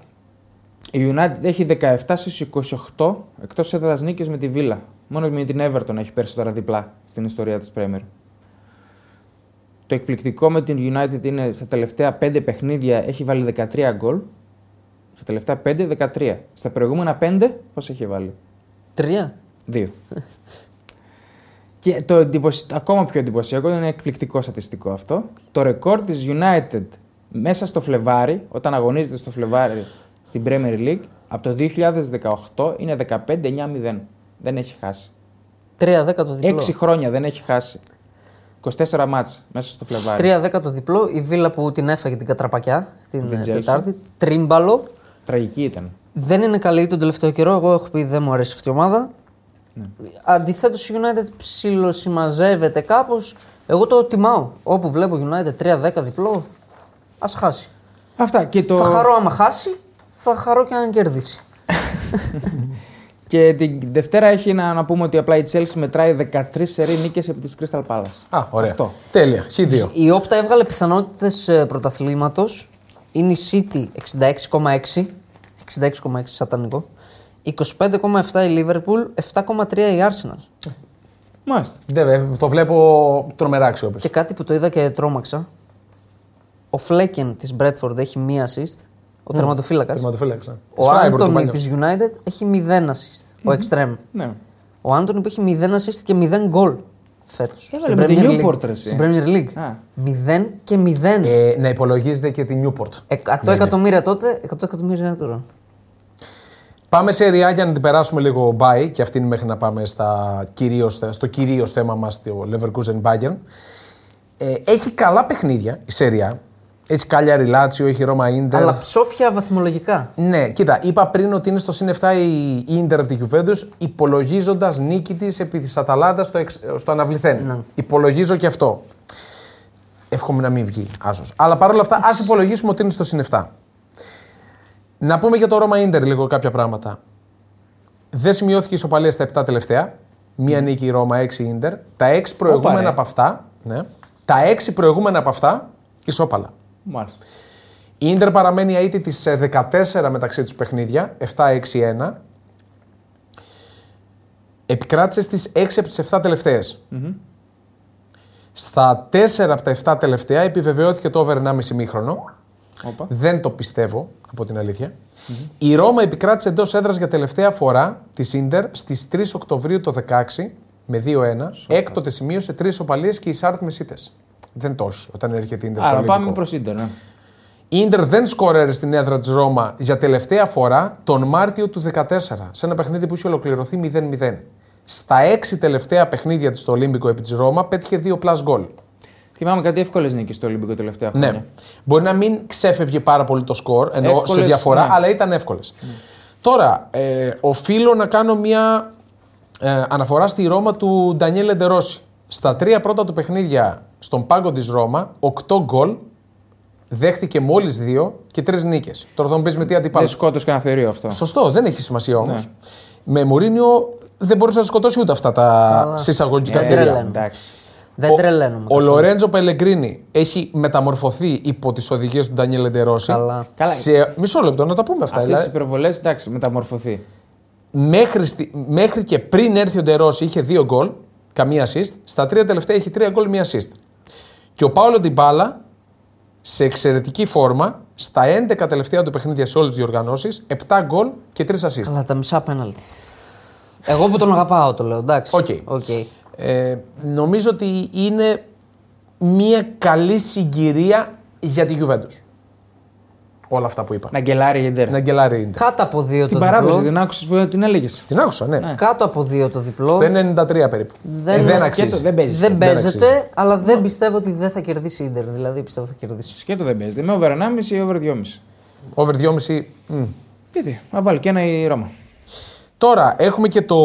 η United έχει 17 στις 28 εκτός έδρας νίκες με τη Villa. Μόνο με την Everton έχει περισσότερα διπλά στην ιστορία της Premier. Το εκπληκτικό με την United είναι στα τελευταία 5 παιχνίδια έχει βάλει 13 γκολ. Στα τελευταία 5, 13. Στα προηγούμενα 5, πώς έχει βάλει. Τρία. Δύο. Και το εντυπωσι- ακόμα πιο εντυπωσιακό είναι εκπληκτικό στατιστικό αυτό. Το ρεκόρ της United μέσα στο Φλεβάρι, όταν αγωνίζεται στο Φλεβάρι στην Premier League, από το 2018 είναι 15-9-0. Δεν έχει χάσει. Τρία δέκα το διπλό. Έξι χρόνια δεν έχει χάσει. 24 μάτς μέσα στο Φλεβάρι. Τρία δέκα το διπλό. Η βίλα που την έφαγε την κατραπακιά την Την ε, Chelsea. Τετάρτη. Τρίμπαλο. Τραγική ήταν. Δεν είναι καλή τον τελευταίο καιρό. Εγώ έχω πει δεν μου αρέσει αυτή η ομάδα. Αντιθέτως, η United ψιλοσημαζεύεται κάπως. Εγώ το τιμάω. Όπου βλέπω United 3-10 διπλό, ας χάσει. Αυτά και το... Θα χαρώ άμα χάσει, θα χαρώ και αν κερδίσει. Και την Δευτέρα έχει να, να πούμε ότι απλά η Chelsea μετράει 13 σερή νίκες επί της Crystal Palace. Α, ωραία. Αυτό. Τέλεια. Χ2. Η Όπτα έβγαλε πιθανότητες πρωταθλήματος. Είναι η City 66,6. 66,6 σατανικό. 25,7 η Liverpool, 7,3 η Arsenal. Μάλιστα. Δεν- Το βλέπω τρομερά αξιόπιστο. Και κάτι που το είδα και τρόμαξα. Ο Φλέκεν της Μπρέτφορντ έχει μία assist. Ο τερματοφύλακας. Τερματοφύλακας. Ο Σφράιμπουργκ, το Άντωνη παλιό. της United έχει 0 assist. Ο Extreme. Ναι. Ο Άντωνη που έχει 0 assist και 0 goal φέτο. Έβαλε με τη Newport, ρε, εσύ. Στην Premier League. Α. 0 και 0. Ε, να υπολογίζετε και τη Newport. 100 εκατομμύρια τότε, 100 εκατομμύρια τώρα. Πάμε σε ΡΙΑ για να την περάσουμε λίγο μπάι και αυτή είναι μέχρι να πάμε στα κυρίως, στο κυρίως θέμα μας, στο Leverkusen Bayern. Ε, έχει καλά παιχνίδια η Σεριά. Έχει Κάλιαρη Λάτσιο, έχει Ρώμα Ίντερ. Αλλά ψόφια βαθμολογικά. Ναι, κοίτα, είπα πριν ότι είναι στο συν 7 η- η Ίντερ από την Juventus, υπολογίζοντας νίκη της επί της Αταλάντας στο, εξ- στο αναβληθέν. Ναι. Υπολογίζω και αυτό. Εύχομαι να μην βγει, άσος. Αλλά παρόλα αυτά, ας υπολογίσουμε ότι είναι στο συν 7. Να πούμε για το Ρώμα Ίντερ λίγο κάποια πράγματα. Δεν σημειώθηκε ισοπαλία στα 7 τελευταία. Μία νίκη η Ρώμα, 6 η Ίντερ. Τα 6 προηγούμενα ρε. από αυτά. Ναι, τα 6 προηγούμενα από αυτά ισόπαλα. Μάλιστα. Η Ίντερ παραμένει αίτητη σε 14 μεταξύ τους παιχνίδια, 7-6-1. Επικράτησε στις 6 από τις 7 τελευταιες Στα 4 από τα 7 τελευταία επιβεβαιώθηκε το over 1,5 μήχρονο. Όπα. Δεν το πιστεύω, από την αληθεια Η Ρώμα επικράτησε εντός έδρας για τελευταία φορά της ντερ στι 3 Οκτωβρίου το 16 με 2-1. Έκτοτε σημείωσε 3 οπαλίες και εισάριθμε ήττε. Δεν το έχει όταν έρχεται η ντερ στο Άρα πάμε ελληνικό. προς ίντερ. Ναι. Η Ίντερ δεν σκόρερε στην έδρα της Ρώμα για τελευταία φορά τον Μάρτιο του 2014, σε ένα παιχνίδι που είχε ολοκληρωθεί 0-0. Στα έξι τελευταία παιχνίδια της στο Ολύμπικο επί της Ρώμα πέτυχε δύο plus γκολ. Θυμάμαι κάτι εύκολες νίκες στο Ολυμπικό τελευταία Ναι. χρόνια. Μπορεί να μην ξέφευγε πάρα πολύ το σκορ, ενώ σε Εύκολες, διαφορά, ναι. αλλά ήταν εύκολες. Τώρα, ε, οφείλω να κάνω μια ε, αναφορά στη Ρώμα του Ντανιέλ Εντερόση. Στα τρία πρώτα του παιχνίδια στον πάγκο της Ρώμα, 8 γκολ, δέχτηκε μόλις δύο και τρεις νίκες. Τώρα θα μου πεις με τι αντιπάλο. Δεν σκότωσε κανένα θηρίο αυτό. Σωστό, δεν έχει σημασία όμως. Με Μουρίνιο δεν μπορούσε να σκοτώσει ούτε αυτά τα Καλά. συσσαγωγικά Ε, θηρία. τρελαίνω. Εντάξει. Δεν τρελαίνομαι. Ο καθόλου. Λορέντζο Πελεγκρίνη έχει μεταμορφωθεί υπό τις οδηγίες του Ντανιέλ Εντερόση. Καλά. Καλά. Σε... Μισό λεπτό, να τα πούμε αυτά. Αυτές οι Δηλαδή, υπερβολές εντάξει, μεταμορφωθεί. μέχρι, στη- μέχρι και πριν έρθει ο Ντερόση είχε δύο γκολ, καμία assist. Στα τρία τελευταία έχει τρία γκολ, μία assist. Και ο Πάολο Ντιμπάλα σε εξαιρετική φόρμα στα 11 τελευταία του παιχνίδια σε όλες τις διοργανώσεις, 7 γκολ και 3 assist. Καλά, τα μισά πέναλτι. Εγώ που τον αγαπάω το λέω, εντάξει. Οκ. Οκ. Ε, νομίζω ότι είναι μια καλή συγκυρία για τη Juventus. Όλα αυτά που είπα. Να γκελάρει η Ιντερ. Να γκελάρει η Ίντερ. Κάτω από δύο Την το παράδοση διπλό. την άκουσε που την έλεγες. Την άκουσα, ναι. ναι. Κάτω από δύο το διπλό. Στο 93 περίπου. Δεν Ε, δεν μας- αξίζει. Δεν παίζει. Δεν Δεν... παίζεται, αλλά δεν πιστεύω ότι δεν θα κερδίσει η Ιντερ. Δηλαδή πιστεύω θα κερδίσει. Σκέτο δεν παίζει. Με over 1,5 ή over 2,5. Over 2,5. μμ. Γιατί, να βάλει και ένα η Ρώμα. Τώρα έχουμε και το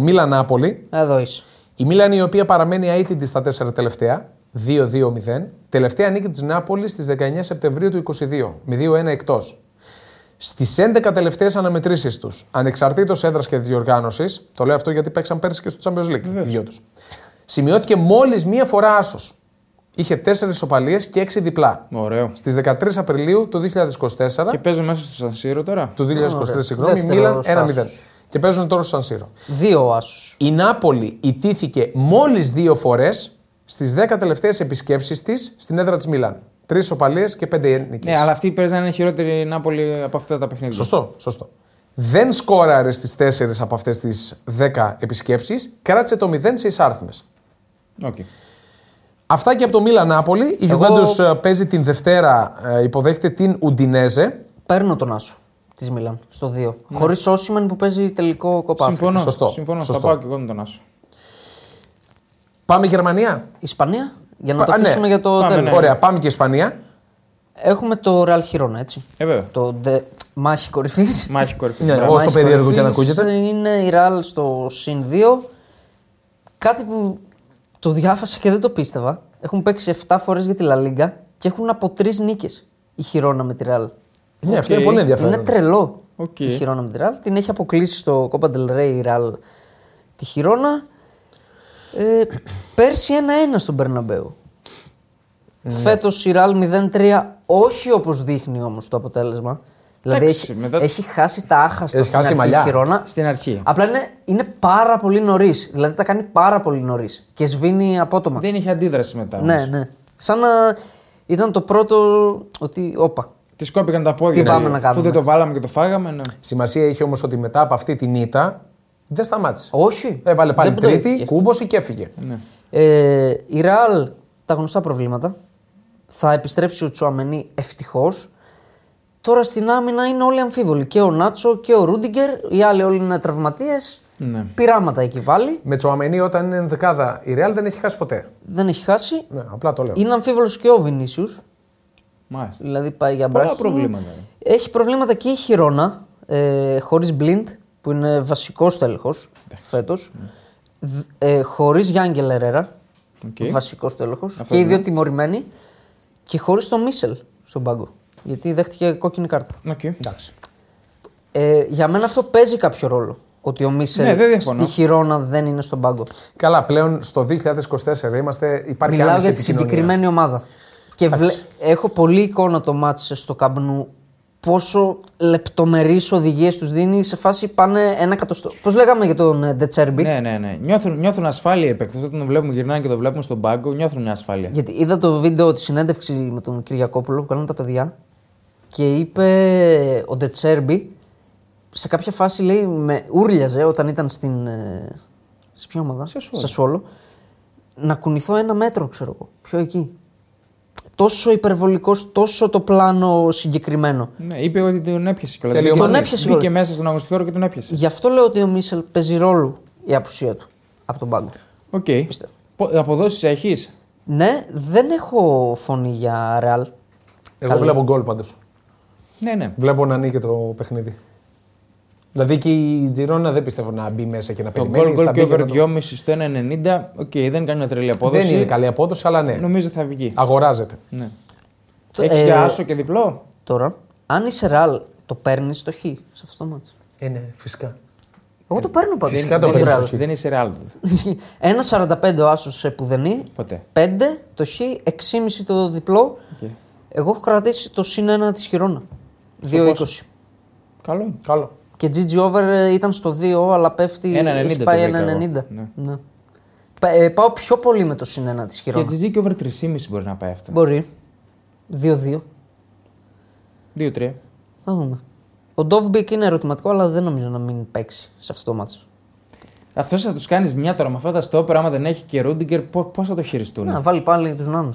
Μίλα Νάπολη. Εδώ είσαι. Η Μίλαν η οποία παραμένει αίτητη στα 4 τελευταία. 2-2-0. Τελευταία νίκη της Νάπολης στις 19 Σεπτεμβρίου του 22. Με 2-1 εκτός. Στις 11 τελευταίες αναμετρήσεις τους, ανεξαρτήτως έδρας και διοργάνωσης, το λέω αυτό γιατί παίξαν πέρσι και στο Champions League, οι δυο τους, σημειώθηκε μόλις μία φορά άσος. Είχε 4 ισοπαλίες και 6 διπλά. Ωραίο. Στις 13 Απριλίου του 2024, Και παίζω μέσα στο Σανσίρο τώρα. του 2023, Ωραία. συγγνώμη, Δεύτερος Μίλαν σάσος. 1-0. Και παίζουν τώρα στο Σανσίρο. Δύο άσου. Η Νάπολη ιτήθηκε μόλις δύο φορές στις 10 τελευταίες επισκέψεις της στην έδρα της Μίλαν. Τρεις οπαλίες και πέντε νίκες. Ναι, αλλά αυτή παίζει να είναι χειρότερη η Νάπολη από αυτά τα παιχνίδια. Σωστό, σωστό. Δεν σκόραρε στις 4 από αυτές τις 10 επισκέψεις, κράτησε το 0 σε εισάρθμες. Οκ. Αυτά και από το Μίλαν Νάπολη. Η Εγώ- Juventus ε, παίζει την Δευτέρα, ε, υποδέχεται την Ουντινέζε. Παίρνω τον άσο της Μίλαν στο 2. Ναι. Χωρίς Όσιμεν που παίζει τελικό κοπάφι. Συμφωνώ. Σωστό. Συμφωνώ. Σωστό. Θα πάω και εγώ με τον Άσο. Πάμε Γερμανία. Ισπανία, για να Πα- το α, ναι. αφήσουμε για το Πάμε, τέλος. ναι. Ωραία, πάμε και Ισπανία. Έχουμε το Real Χιρόνα, έτσι. Ε, βέβαια. Το ντε- μάχη κορυφής. Μάχη κορυφής. Ναι, Μπράβο. όσο περίεργο και αν ακούγεται. Είναι η Real στο συν 2. Κάτι που το διάφασα και δεν το πίστευα. Έχουν παίξει 7 φορές για τη La Liga και έχουν από 3 νίκες η Χιρόνα με τη Real. Ναι, αυτό Οκ. είναι πολύ ενδιαφέρον. Είναι τρελό Οκ. η Χιρόνα με τη Ραλ. Την έχει αποκλείσει στο Copa del Rey η Ραλ τη Χιρόνα. Ε, πέρσι 1-1 στον Περναμπέου. Ναι. Φέτος η Ραλ 0-3, όχι όπως δείχνει όμως το αποτέλεσμα. Δηλαδή Εντάξει, έχει, μετά- έχει χάσει τα άχαστα Έχει χάσει στην αρχή η μαλλιά. Χιρόνα. Στην αρχή. Απλά είναι, είναι πάρα πολύ νωρίς. Δηλαδή τα κάνει πάρα πολύ νωρίς και σβήνει απότομα. Δεν είχε αντίδραση μετά. όμως. Ναι, ναι. Σαν να ήταν το πρώτο ότι. Όπα. Τη κόπηκαν τα πόδια. Τι πάμε λέει. να Αφού κάνουμε. δεν το βάλαμε και το φάγαμε. Ναι. Σημασία έχει όμως ότι μετά από αυτή την ήττα δεν σταμάτησε. Όχι. Ε, Έβαλε πάλι Δεν τρίτη, πτωχεύτηκε. κούμπωσε και έφυγε. Ναι. Ε, η Ρεάλ τα γνωστά προβλήματα. Θα επιστρέψει ο Τσουαμενί ευτυχώς. Τώρα στην άμυνα είναι όλοι αμφίβολοι. Και ο Νάτσο και ο Ρούντιγκερ. Οι άλλοι όλοι είναι τραυματίες. Ναι. Πειράματα εκεί πάλι. Με Τσοαμενή όταν είναι ενδεκάδα η Ρεάλ δεν έχει χάσει ποτέ. Δεν έχει χάσει. Ναι, απλά το λέω. Είναι αμφίβολος και ο Βινίσιους. Μάλιστα. Δηλαδή πάει για Πολλά μπράχη. προβλήματα. Έχει προβλήματα και η Χιρόνα. Ε, Χωρίς Μπλιντ που είναι βασικός τέλεχος φέτο. Ε, Χωρίς Γιάνγκελ Ερέρα. Οκ. Βασικός τέλεχος. Και οι δύο τιμωρημένοι. Και χωρίς τον Μίσελ στον πάγκο. Γιατί δέχτηκε κόκκινη κάρτα. Οκ. Ε, για μένα αυτό παίζει κάποιο ρόλο. Ότι ο Ναι, Μίσελ δεν διαφωνώ. στη χειρόνα δεν είναι στον πάγκο. Καλά, πλέον στο 2024 είμαστε, υπάρχει Μιλάω άμεση για τη επικοινωνία. συγκεκριμένη ομάδα. Και βλέ- έχω πολλή εικόνα το μάτσε στο καμπνού πόσο λεπτομερείς οδηγίες τους δίνει σε φάση πάνε ένα εκατοστό. Πώς λέγαμε για τον ε, Ντετσέρμπι. Ναι, ναι, ναι. Νιώθουν, νιώθουν ασφάλεια οι παίκτες. Όταν τον βλέπουμε, γυρνάνε και τον βλέπουμε στον πάγκο, νιώθουν μια ασφάλεια. Γιατί είδα το βίντεο τη συνέντευξη με τον Κυριακόπουλο που κάνανε τα παιδιά και είπε ο Ντετσέρμπι σε κάποια φάση λέει με ούρλιαζε όταν ήταν στην. ε, Σε ποια ομάδα, Σε Σασουόλο. Σασουόλο, να κουνηθώ ένα μέτρο, ξέρω εγώ. Πιο εκεί. Τόσο υπερβολικός, τόσο το πλάνο συγκεκριμένο. Ναι, είπε ότι τον έπιασε κιόλας. Τελείωμα. Τον έπιασε Μπήκε κιόλας. μέσα στον αγωνιστικό χώρο και τον έπιασε. Γι' αυτό λέω ότι ο Μίσελ παίζει ρόλο η απουσία του από τον πάγκο. Οκ. Πιστεύω. Αποδόσεις έχεις. Ναι, δεν έχω φωνή για ρεάλ. Εγώ Καλή. βλέπω γκολ πάντως. Ναι, ναι. Βλέπω να ανήκει το παιχνίδι. Δηλαδή και η Τζιρόνα δεν πιστεύω να μπει μέσα και να Το περιμένει. γκολ γκολ θα και μπει over να το- 2,5 στο 1,90. Οκ, δεν κάνει μια τρελή απόδοση. Δεν είναι καλή απόδοση, αλλά ναι. Νομίζω θα βγει. Αγοράζεται. Ναι. Το- Έχεις ε, και άσο και διπλό. Τώρα, αν είσαι ρεάλ, το παίρνεις το χ σε αυτό το μάτσο. Ε, ναι, φυσικά. Εγώ το παίρνω πάντω. Φυσικά το Δεν παίρνεις είσαι- το χ. Δεν είσαι ρεάλ. Ένα 45 ο άσος σε πουδενή. Ποτέ. 5 το χ, 6,5 το διπλό. Εγώ έχω κρατήσει το συν 1 τη χειρόνα. 2,20. Καλό είναι. Καλό. Και GG over ε, ήταν στο 2, αλλά πέφτει. 1,90 Έχει το πάει βρήκα εγώ. 1,90. Ναι. Ναι. Πα- ε, Πάω πιο πολύ με το συν 1 της Και χειρόνα. GG και over 3,5 μπορεί να πάει αυτό. Μπορεί. 2-2. 2-3. Θα δούμε. Ο Ντόβμπικ είναι ερωτηματικό, αλλά δεν νομίζω να μην παίξει σε αυτό το μάτσο. Αυτός θα τους κάνεις μια τώρα με αυτά τα στόπερ, άμα δεν έχει και Ρούντιγκερ, πώς θα το χειριστούν. Να βάλει πάλι τους νάνους.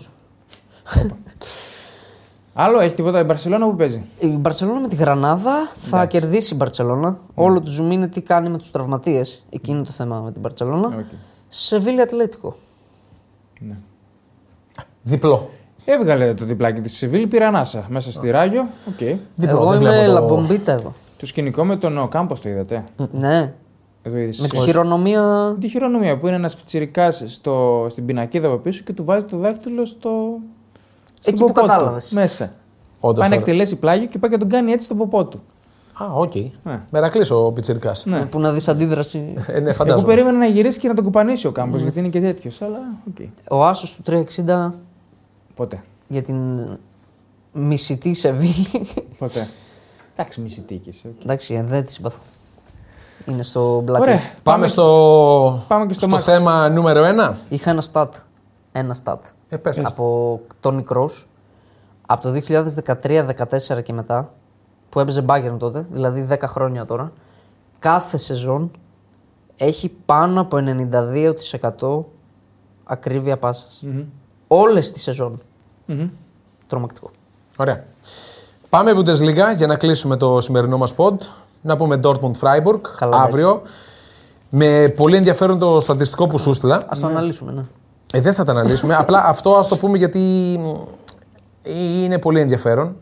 Άλλο έχει τίποτα η Μπαρσελόνα που παίζει. Η Μπαρσελόνα με τη Γρανάδα θα κερδίσει η Ναι. Μπαρσελόνα. Όλο του zoom είναι τι κάνει με τους τραυματίες. Εκεί είναι το θέμα με την Ναι, Μπαρσελόνα. Οκ. Σε Βίλια Ατλέτικο. Διπλό. Έβγαλε το διπλάκι της Σιβίλη, πήρε ανάσα μέσα στη Ράγιο. Οκ. Διπλό, Εγώ δεν είμαι βλέπω το- λαμπομπίτα εδώ. Το σκηνικό με τον Κάμπο το είδατε. Ναι. Εδώ είδες. Με τη χειρονομία. Τη χειρονομία που είναι ένας πιτσυρικά στην πινακίδα από πίσω και του βάζει το δάχτυλο στο. στον Εκεί που ποπό του, κατάλαβες. Μέσα. Όντως, πάει να ωραία. εκτελέσει πλάγιο και πάει και τον κάνει έτσι στον ποπό του. Α, οκ. Ναι. Μερακλής ο Πιτσυρικά. Ναι. Που να δεις αντίδραση. Ε, ναι, Εγώ φαντάζομαι. περίμενα να γυρίσει και να τον κουπανίσει ο Ναι. Κάμπο γιατί είναι και τέτοιος. Αλλά οκ. Ο Άσος του 360 Ποτέ. για την μισητή Σεβίλη. Ποτέ. Εντάξει, μη σητήκες, οκ. Εντάξει, ε, δεν τη συμπαθώ. Είναι στο Ωραία. blacklist. Πάμε στο, Πάμε και στο match. θέμα νούμερο 1. Είχα ένα stat. Ένα stat. Ε, πες το. από τον Cross. Από το 2013-14 και μετά, που έπαιζε Bayern τότε, δηλαδή 10 χρόνια τώρα, κάθε σεζόν έχει πάνω από 92% ακρίβεια πάσας. Όλες τις σεζον Τρομακτικό. Ωραία. Πάμε Bundesliga για να κλείσουμε το σημερινό μας pod. Να πούμε Dortmund Freiburg Καλά, αύριο. Με πολύ ενδιαφέρον το στατιστικό που σου στείλα. Ας το αναλύσουμε, ναι. Ε, δεν θα τα αναλύσουμε. Απλά αυτό ας το πούμε γιατί μ, είναι πολύ ενδιαφέρον.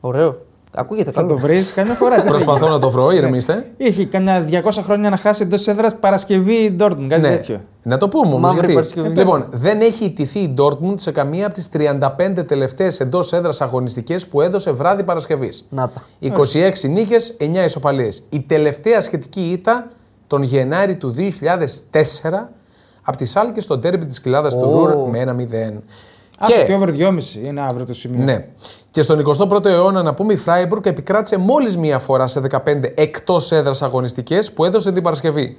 Ωραίο. Ακούγεται Θα το καλό. βρεις καμιά φορά. τι θα Προσπαθώ να το βρω, ηρεμήστε. γίνει. Είχε κανένα 200 χρόνια να χάσει εντός έδρας Παρασκευή Ντόρτμουν, κάτι τέτοιο. Ναι. Να το πούμε όμως. Μαύρη Γιατί... Παρασκευή. Λοιπόν, δεν έχει ιτηθεί η Dortmund σε καμία από τις 35 τελευταίες εντός έδρας αγωνιστικές που έδωσε βράδυ Παρασκευής. Να τα. 26 νίκε, 9 ισοπαλίες. Η τελευταία σχετική ήττα τον Γενάρη του 2004 από τη Σάλκη στο τέρμπι τη κοιλάδα του Ω. Ρουρ με 1-0. Άσε και over 2,5 είναι αύριο το σημείο. Ναι. Και στον 21ο αιώνα, να πούμε, η Φράιμπουργκ επικράτησε μόλις μία φορά σε 15 εκτός έδρας αγωνιστικές που έδωσε την Παρασκευή.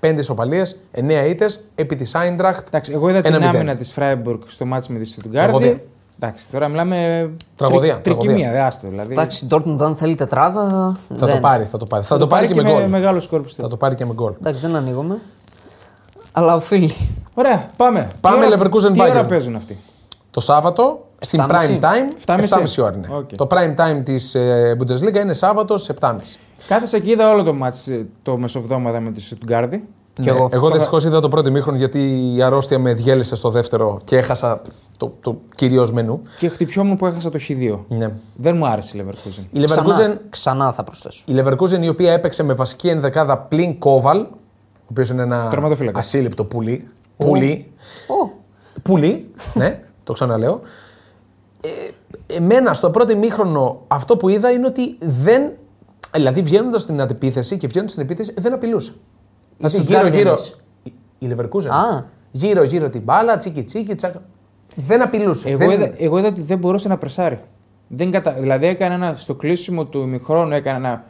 5 ισοπαλίε, 9 ήττες επί της Άιντραχτ. Εντάξει, εγώ είδα την 1-0. άμυνα της Φράιμπουργκ στο μάτσο με τη Στουτγκάρδη. Τραγωδία. Εντάξει, τώρα μιλάμε. Τραγωδία, Τρι... τραγωδία. Τρικυμία, δε άστο δηλαδή. Εντάξει, Dortmund αν θέλει τετράδα, Θα δεν. το πάρει, θα το πάρει. Θα, το πάρει και με με γκολ. μεγάλο σκορ πιστεύω. Θα το πάρει και με γκολ. Εντάξει, δεν ανοίγουμε. Αλλά οφείλει. Ωραία, πάμε. Πάμε, Τι ώρα- Leverkusen Τι ώρα Bayern. παίζουν αυτοί. Το Σάββατο στην 7.30. prime time 7.30 7.30. ώρα. είναι. Οκ. Το prime time της Bundesliga είναι Σάββατο στι 7.30. Κάθεσα εκεί, είδα όλο το μάτσο το μεσοβδόμαδα με τη Στουτγκάρδη. Κι εγώ. εγώ δυστυχώς είδα το πρώτο μήχρονο γιατί η αρρώστια με διέλυσε στο δεύτερο και έχασα το, το κυρίως μενού. Και χτυπιόμουν που έχασα το χ2. Ναι. Δεν μου άρεσε η Leverkusen. Η Leverkusen Ξανά, ξανά θα προσθέσω. Η Leverkusen η οποία έπαιξε με βασική ενδεκάδα πλην Κόβαλ, ο οποίος είναι ένα Τερματοφύλακα. ασύλληπτο πουλί. Πουλί. Πουλί, ναι, το ξαναλέω. Ε, εμένα στο πρώτο ημίχρονο αυτό που είδα είναι ότι δεν. Δηλαδή βγαίνοντας στην αντιπίθεση και βγαίνοντας στην επίθεση δεν απειλούσε. Δηλαδή Stuttgart γύρω-γύρω. είναι. Η- Η Leverkusen. Α. Γύρω-γύρω την μπάλα, τσίκι τσίκι, τσακ. Δεν απειλούσε. Εγώ, δεν... είδα, εγώ είδα ότι δεν μπορούσε να πρεσάρει. Δεν κατα... Δηλαδή έκανε ένα, στο κλείσιμο του ημιχρόνου έκανε ένα,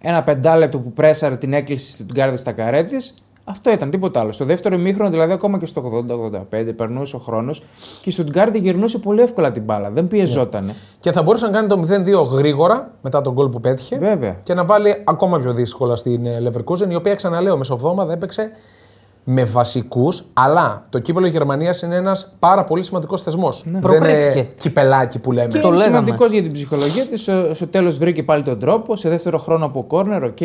ένα πεντάλεπτο που πρέσαρε την έκκληση στην Τουγκάρδη στα καρέτη. Αυτό ήταν, τίποτα άλλο. Στο δεύτερο ημίχρονο, δηλαδή ακόμα και στο 80-85, περνούσε ο χρόνος και η Στουτγκάρδη γυρνούσε πολύ εύκολα την μπάλα. Δεν πιεζότανε. Και θα μπορούσε να κάνει το 0-2 γρήγορα μετά τον γκολ που πέτυχε. Βέβαια. Και να βάλει ακόμα πιο δύσκολα στην ε, Leverkusen, η οποία ξαναλέω μεσοβδόμαδα έπαιξε με βασικούς, αλλά το κύπελο Γερμανίας είναι ένας πάρα πολύ σημαντικός θεσμός. Προκρίθηκε. κυπελάκι που λέμε. Και Το είναι λέγαμε. σημαντικός για την ψυχολογία της. Στο, στο τέλος βρήκε πάλι τον τρόπο. Σε δεύτερο χρόνο από κόρνερ, οκ.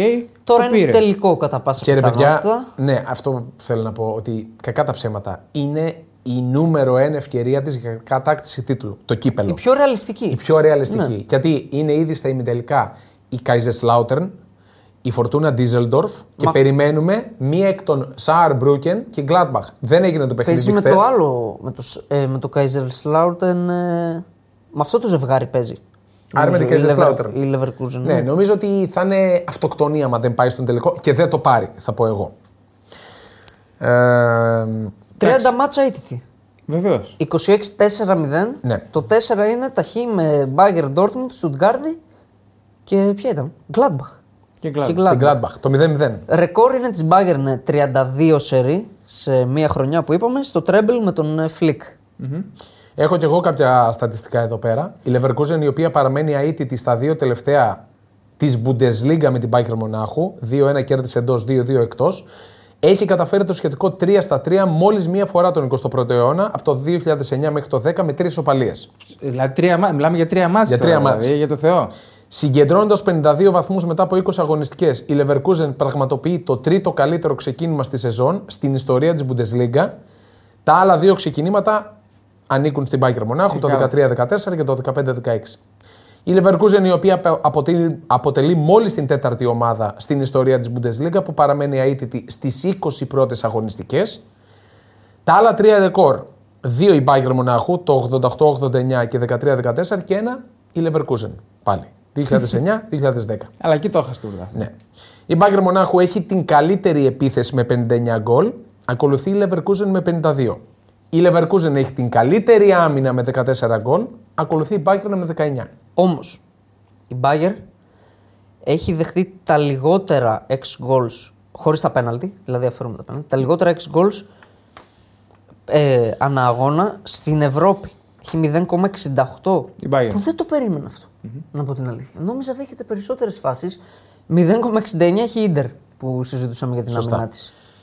Τώρα το είναι πήρε. τελικό κατά πάσα Και ρε πιθανότητα. παιδιά, ναι, αυτό που θέλω να πω ότι κακά τα ψέματα είναι η νούμερο ένα ευκαιρία της για κατάκτηση τίτλου. Το κύπελο. Η πιο ρεαλιστική. Η πιο ρεαλιστική. Ναι. Γιατί είναι ήδη στα ημιτελικά η Kaiserslautern, η Fortuna Düsseldorf και Μα- περιμένουμε μία εκ των Saarbrücken και Gladbach. Δεν έγινε το παιχνίδι Παίζει με χθες. το άλλο, με, τους, ε, με το Kaiserslautern. Ε, με αυτό το ζευγάρι παίζει. Άρα με την Νομίζω, η Kaiserslautern. Lever- Η Leverkusen. Ναι, νομίζω ότι θα είναι αυτοκτονία άμα δεν πάει στον τελικό και δεν το πάρει, θα πω εγώ. Ε, 30 μάτσα ήττητη. Βεβαίω. 26-4-0. Ναι. Το 4 είναι ταχύ με Bayern Dortmund, Stuttgart και ποια ήταν. Gladbach. Και Gladbach. την Gladbach, το 0-0. Ρεκόρ είναι της Bayern ε, 32 σερί σε μία χρονιά που είπαμε στο Treble με τον ε, Φλικ. Έχω και εγώ κάποια στατιστικά εδώ πέρα. Η Leverkusen, η οποία παραμένει αίτητη στα δύο τελευταία της Bundesliga με την Bayern Μονάχου, 2-1 κέρδισε εντός, 2-2 εκτός, έχει καταφέρει το σχετικό 3 στα 3 μόλις μία φορά τον 21ο αιώνα, από το 2009 μέχρι το 10 με τρεις ισοπαλίε. Δηλαδή, τρία, μα- μιλάμε για τρία μάτια. Για τρία μάτς. Δηλαδή, για το Θεό. Συγκεντρώνοντας 52 βαθμούς μετά από 20 αγωνιστικές, η Leverkusen πραγματοποιεί το τρίτο καλύτερο ξεκίνημα στη σεζόν στην ιστορία της Bundesliga. Τα άλλα δύο ξεκινήματα ανήκουν στην Bayern Μονάχου, το 13-14 και το 15-16. Η Leverkusen, η οποία απε- αποτελεί, αποτελεί μόλις την τέταρτη ομάδα στην ιστορία της Bundesliga, που παραμένει αίτητη στις 20 πρώτες αγωνιστικές. Τα άλλα τρία ρεκόρ. Δύο η Bayern Μονάχου, το 88-89 και 13-14 και ένα η Leverkusen πάλι. 2009-2010. Αλλά εκεί το έχασε το βράδυ. Ναι. Η Bayern Μονάχου έχει την καλύτερη επίθεση με 59 γκολ. Ακολουθεί η Leverkusen με 52. Η Leverkusen έχει την καλύτερη άμυνα με 14 γκολ. Ακολουθεί η Bayern με 19. Όμως η Bayern έχει δεχτεί τα λιγότερα 6 goals χωρίς τα πέναλτι, δηλαδή αφαιρούμε τα πέναλτι, τα λιγότερα 6 goals ε, ανά αγώνα στην Ευρώπη. Έχει 0,68. Η Bayern. Που δεν το περίμενα αυτό, να πω την αλήθεια. Νόμιζα δέχεται περισσότερες φάσεις. 0,69 έχει η Ιντερ που συζητούσαμε για την άμυνά της.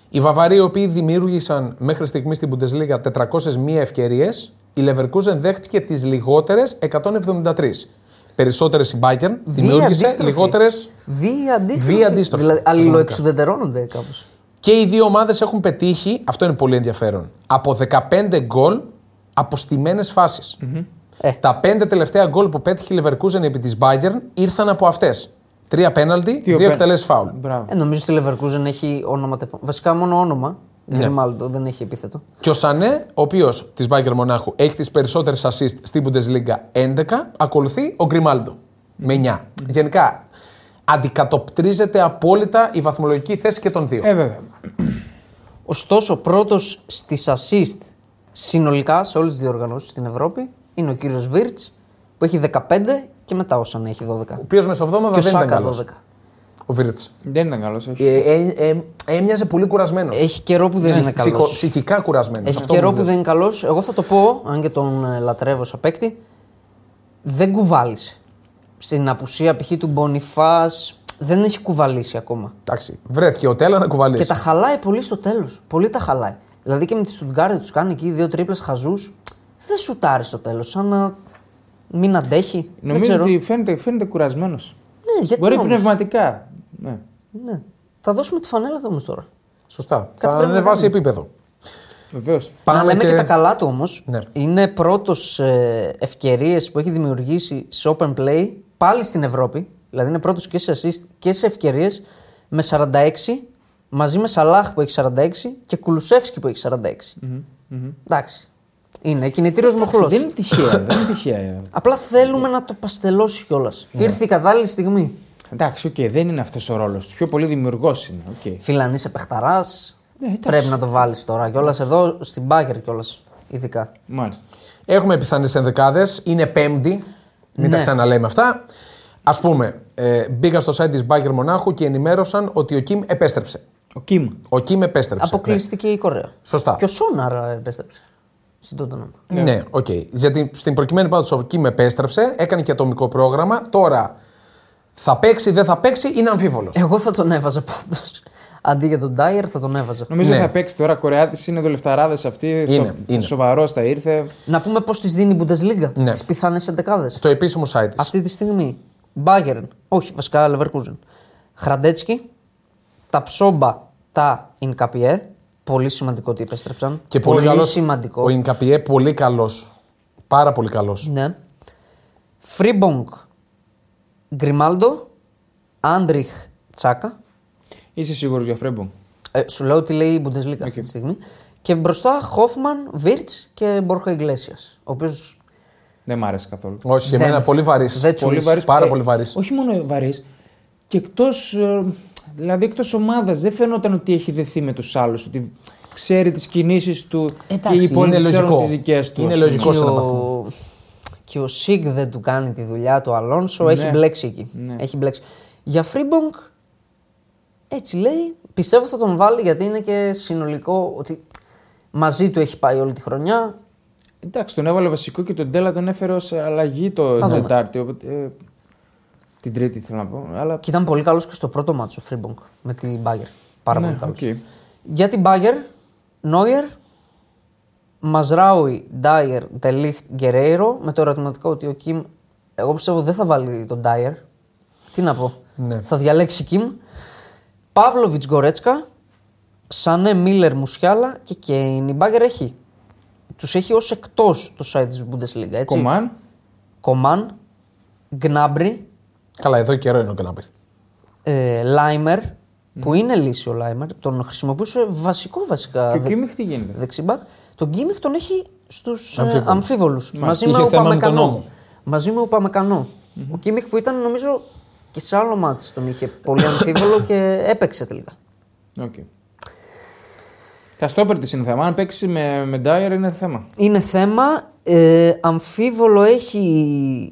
Οι Βαβαροί, οι οποίοι δημιούργησαν μέχρι στιγμής στην Bundesliga 401 ευκαιρίες, η Leverkusen δέχτηκε τις λιγότερες 173. Περισσότερε η Bayern δημιούργησε λιγότερες. Βία αντίστροφη. Βία αντίστροφη. Δηλαδή Κανονικά. αλληλοεξουδετερώνονται κάπως. Και οι δύο ομάδες έχουν πετύχει, αυτό είναι πολύ ενδιαφέρον, από 15 γκολ από στιμένες φάσεις. Ε. Τα πέντε τελευταία γκολ που πέτυχε η Leverkusen επί της Bayern ήρθαν από αυτές. Τρία πέναλτι, δύο, πεν- εκτελέσεις φάουλ. Μπράβο. Ε, νομίζω ότι η Leverkusen έχει όνομα. τεπο- Βασικά μόνο όνομα. Ναι. Γκριμάλντο δεν έχει επίθετο. Και ο Σανέ, ο οποίος της Bayern Μονάχου έχει τις περισσότερες assist στην Bundesliga 11, ακολουθεί ο Γκριμάλντο με 9. Γενικά, αντικατοπτρίζεται απόλυτα η βαθμολογική θέση και των δύο. Ε, βέβαια. Ωστόσο, πρώτος στις assist συνολικά σε όλες τις διοργανώσει στην Ευρώπη είναι ο κύριος Βίρτ που έχει 15 και μετά όσαν έχει 12. Ο οποίος μεσοβδόμαδα Και ο δεν ήταν Σάκα 12. καλός. Ο Βίρτ. Δεν ήταν καλός. όχι. Ε, ε, ε, έμοιαζε πολύ κουρασμένος. Έχει καιρό που δεν είναι καλός. ψυχικά κουρασμένος. Έχει καιρό που δεν είναι καλός. Εγώ θα το πω, αν και τον ε, λατρεύω σαν παίκτη, δεν κουβάλισε. Στην απουσία π.χ. του Μπονιφάς δεν έχει κουβαλήσει ακόμα. Εντάξει, βρέθηκε ο Τέλα να κουβαλήσει. Και τα χαλάει πολύ στο τέλος. Πολύ τα χαλάει. Δηλαδή και με τη Στουτγκάρδη τους κάνει εκεί δύο τρίπλες χαζούς. Δεν σουτάρει στο τέλος. Σαν να μην αντέχει. δεν Νομίζω ξέρω. ότι φαίνεται, φαίνεται κουρασμένος. Ε, Ναι, γιατί Μπορεί όμως. πνευματικά. Ναι. Ναι. Θα δώσουμε τη φανέλα του όμω τώρα. Σωστά. Κάτι θα πρέπει να ανεβάσει κάνουμε. επίπεδο. Βεβαίως. να λέμε και... τα καλά του όμως. Ναι. Είναι πρώτος ε, ευκαιρίες που έχει δημιουργήσει σε open play πάλι στην Ευρώπη. Δηλαδή είναι πρώτος και σε assist και σε ευκαιρίες με 46 μαζί με Σαλάχ που έχει 46 και Κουλουσεύσκι που έχει 46. Εντάξει. Είναι κινητήριος μοχλός. Δεν είναι τυχαία. δεν είναι τυχαία. Απλά θέλουμε να το παστελώσει κιόλας. Ναι. Ήρθε η κατάλληλη στιγμή. Εντάξει, οκ, δεν είναι αυτός ο ρόλος του. Πιο πολύ δημιουργός είναι. οκ. Φίλαν είσαι παιχταράς. Ναι, εντάξει. πρέπει να το βάλεις τώρα κιόλας εδώ στην μπάγκερ κιόλας. Ειδικά. Μάλιστα. Έχουμε πιθανέ ενδεκάδες. Είναι πέμπτη. Μην Ναι. τα ξαναλέμε αυτά. Ας πούμε, ε, μπήκα στο site της Μπάγκερ Μονάχου και ενημέρωσαν ότι ο Κιμ επέστρεψε. Ο Κιμ. Ο Κιμ επέστρεψε. Αποκλείστηκε η Κορέα. Ναι. Σωστά. Και ο Σόναρ επέστρεψε. Στην Tottenham. Ναι, ναι οκ. Γιατί στην προκειμένη πάντως ο Κιμ επέστρεψε, έκανε και ατομικό πρόγραμμα. Τώρα θα παίξει, δεν θα παίξει, είναι αμφίβολος. Εγώ θα τον έβαζα πάντως. Αντί για τον Ντάιερ θα τον έβαζα. Νομίζω Ναι. θα παίξει τώρα Κορεάτης, είναι δολεφταράδες αυτή. Είναι, είναι. Σοβαρός θα ήρθε. Να πούμε πώς τη δίνει η Bundesliga. Ναι. Τις πιθανές εντεκάδες. Το επίσημο site της. Αυτή τη στιγμή. Μπάγκερν. Όχι, βασικά Leverkusen. Χραντέτσκι. Τα ψόμπα. Τα Ινκαπιέ. Πολύ σημαντικό ότι επέστρεψαν. Και πολύ, καλός- σημαντικό. Ο Ινκαπιέ πολύ καλός. Πάρα πολύ καλός. Ναι. Φρίμπονγκ. Γκριμάλντο. Άντριχ. Τσάκα. Είσαι σίγουρος για Φρέμπο. Ε, σου λέω τι λέει η Bundesliga αυτή τη στιγμή. Και μπροστά Χόφμαν, Βίρτ και Μπόρχα Ιγκλέσιας. Ο οποίος. Δεν μ' άρεσε καθόλου. Όχι, Δεν- εμένα πολύ βαρύς. δεν τσουλείς. βαρύς. Πάρα Ε, πολύ βαρύς. Όχι μόνο βαρύς. Και εκτός. Δηλαδή εκτός ομάδας δεν φαινόταν ότι έχει δεθεί με τους άλλους. Ότι ξέρει τις κινήσεις του Εντάξει, και οι υπόλοιποι είναι ξέρουν λογικό. τις δικές τους. Είναι ας πούμε. λογικό. Δικός ένα ο... και ο Σιγ δεν του κάνει τη δουλειά του. Ο Αλόνσο Ναι. έχει μπλέξει εκεί. Έχει μπλέξει. Για Φρίμπονγκ, έτσι λέει, πιστεύω θα τον βάλει γιατί είναι και συνολικό ότι μαζί του έχει πάει όλη τη χρονιά. Εντάξει, τον έβαλε βασικό και τον Ντέλα τον έφερε ως αλλαγή το δούμε. Τετάρτη. Οπότε, ε, την Τρίτη θέλω να πω. Αλλά Και ήταν πολύ καλός και στο πρώτο μάτσο ο Φρίμπονγκ με την Μπάγκερ. Πάρα Ναι, πολύ καλός. οκ. Για την Μπάγκερ, Νόιερ, Μαζράουι, Ντάιερ, Ντελίχτ, Γκερέιρο. Με το ερωτηματικό ότι ο Κιμ, εγώ πιστεύω δεν θα βάλει τον Ντάιερ. Τι να πω. Ναι. Θα διαλέξει Κιμ. Παύλοβιτ Γκορέτσκα, Σανέ Μίλλερ Μουσιάλα και Κέιν. Η Μπάγκερ έχει. Τους έχει ως εκτός το site της Bundesliga. Έτσι. Κομάν. Κομάν, Γκνάμπρι, Καλά, εδώ καιρό είναι ο Καναπή. ε, Λάιμερ, Ναι. που είναι λύση ο Λάιμερ, τον χρησιμοποιούσε βασικό βασικά. Και ο δε- Κίμιχ τι γίνεται. δεξιμπακ. Τον Κίμιχ τον έχει στους Αμφίβολους. αμφίβολους. Μαζί με Είχε ο θέμα με τον Παμεκανό. νόμο. Μαζί με ο παμεκανο Ο Κίμιχ που ήταν νομίζω και σε άλλο μάτι τον είχε πολύ αμφίβολο και έπαιξε τελικά. Οκ. Τα στόπερ της είναι θέμα. Αν παίξει με, με Dyer είναι θέμα. Είναι θέμα. Ε, αμφίβολο έχει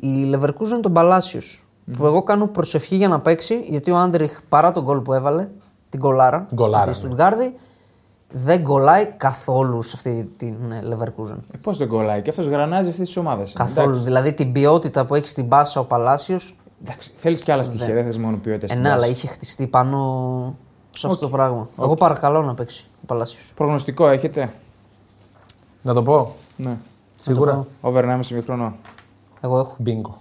η- η Leverkusen τον παλασιος Που εγώ κάνω προσευχή για να παίξει, γιατί ο Άντριχ παρά τον γκολ που έβαλε, την ναι. γκολάρα, Γκολάρα, τη Στουτγκάρδη, δεν γκολάει καθόλου σε αυτή την ε, Leverkusen. Ε, Πώς δεν κολλάει. Και αυτός γρανάζει αυτής της ομάδας. Καθόλου. Δηλαδή την ποιότητα που έχει στην πάσα ο Παλάσιος. Εντάξει, θέλεις και άλλα στοιχεία, δεν θες μόνο ποιότητα. Ναι. Ε, στην ναι, αλλά βάση. είχε χτιστεί πάνω σε αυτό το πράγμα. Εγώ παρακαλώ να παίξει ο Παλάσιος. Προγνωστικό έχετε. Να το πω. Ναι. Σίγουρα. Over 1,5 μικρόνο. Εγώ έχω. Μπίνγκο.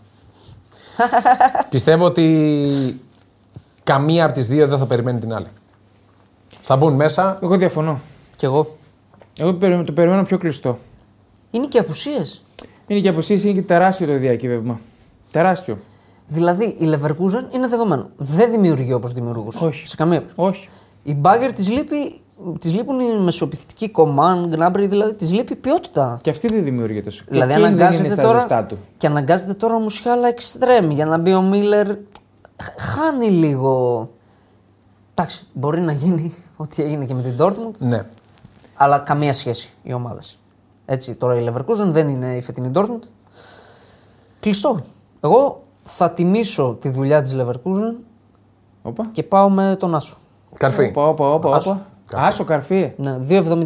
Πιστεύω ότι καμία από τις δύο δεν θα περιμένει την άλλη. Θα μπουν μέσα. Εγώ διαφωνώ. Κι εγώ. Εγώ περι- το περιμένω πιο κλειστό. Είναι και απουσίες. Είναι και από εσείς, είναι και τεράστιο το διακύβευμα. Τεράστιο. Δηλαδή η Leverkusen είναι δεδομένο. Δεν δημιουργεί όπως δημιουργούσε. Όχι. Σε καμία περίπτωση. Όχι. Η Μπάγκερ της λείπει. Της λείπουν οι μεσοπιθητικοί κομμάν, γκνάμπρι, δηλαδή της λείπει ποιότητα. Και αυτή δεν δημιουργείται σου. δηλαδή Και εκείνη δεν είναι αναγκάζεται στα ζεστά τώρα. του. Και αναγκάζεται τώρα ο Μουσιάλα εξτρέμ για να μπει ο Μίλλερ. Χ- Χάνει λίγο. Εντάξει, μπορεί να γίνει ό,τι έγινε και με την Dortmund, Ναι. αλλά καμία σχέση οι ομάδες. Έτσι, τώρα η Leverkusen δεν είναι η φετινή Dortmund. Κλειστό. Εγώ θα τιμήσω τη δουλειά της Leverkusen Όπα. και πάω με τον Άσο. Καρφί. Όπα, όπα, όπα. Άσο. όπα. Άσο, καρφί. Ναι, 2,70.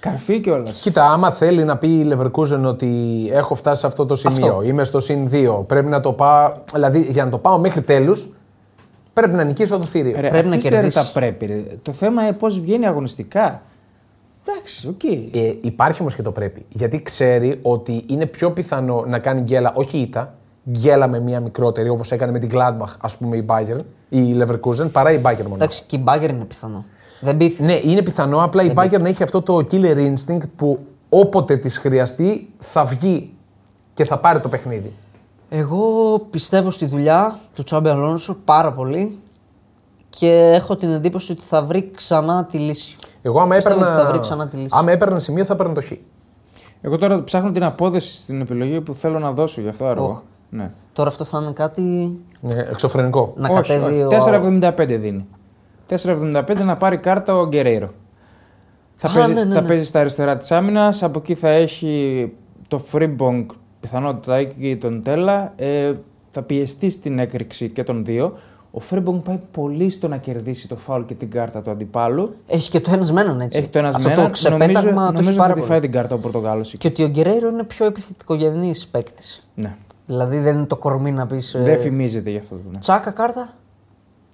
Καρφί κιόλας. Κοίτα, άμα θέλει να πει η Leverkusen ότι έχω φτάσει σε αυτό το σημείο, Αυτό. είμαι στο συν 2, πρέπει να το πάω. Δηλαδή, για να το πάω μέχρι τέλους, πρέπει να νικήσω το θηρίο. Πρέπει να κερδίσει. Τα πρέπει. Ρε. Το θέμα είναι πώς βγαίνει αγωνιστικά. Εντάξει, οκ. Ε, υπάρχει όμως και το πρέπει. Γιατί ξέρει ότι είναι πιο πιθανό να κάνει γκέλα, όχι ήττα, γκέλα με μία μικρότερη, όπως έκανε με την Gladbach, ας πούμε, η Bayern, η Leverkusen, παρά η Bayern μόνο. Εντάξει, και η Μπάγκερ είναι πιθανό. Δεν πείθει. Ναι, είναι πιθανό. Απλά η Bayern να έχει αυτό το killer instinct που όποτε της χρειαστεί θα βγει και θα πάρει το παιχνίδι. Εγώ πιστεύω στη δουλειά του Τσάμπε Αλόνσο πάρα πολύ και έχω την εντύπωση ότι θα βρει ξανά τη λύση. Εγώ, άμα Πιστεύω έπαιρνα, ότι θα βρει ξανά τη λύση. άμα έπαιρνα σημείο, θα έπαιρνα το χ. Εγώ τώρα ψάχνω την απόδοση στην επιλογή που θέλω να δώσω γι' αυτό Οχ. αργό. Ναι. Τώρα αυτό θα είναι κάτι Ναι, εξωφρενικό. να Όχι, κατέβει όχι. ο. 4,75 δίνει. 4,75 να πάρει κάρτα ο Γκερέιρο. Θα, Α, παίζει, ναι, ναι, θα ναι. παίζει στα αριστερά της άμυνας. Από εκεί θα έχει το Φρίμπονγκ, πιθανότητα και τον Τέλα ε, θα πιεστεί στην έκρηξη και των δύο. Ο Φρέμπονγκ πάει πολύ στο να κερδίσει το φάουλ και την κάρτα του αντιπάλου. Έχει και το ένας μένον έτσι. Έχει το ένας Αυτό μένον. το ξεπέταγμα νομίζω, το έχει νομίζω πάρα θα τη πολύ. φάει την κάρτα ο Πορτογάλος. Και ότι ο Γκερέιρο είναι πιο επιθετικογενής παίκτης. Ναι. Δηλαδή δεν είναι το κορμί να πεις. Δεν φημίζεται γι' αυτό το ναι. Τσάκα κάρτα.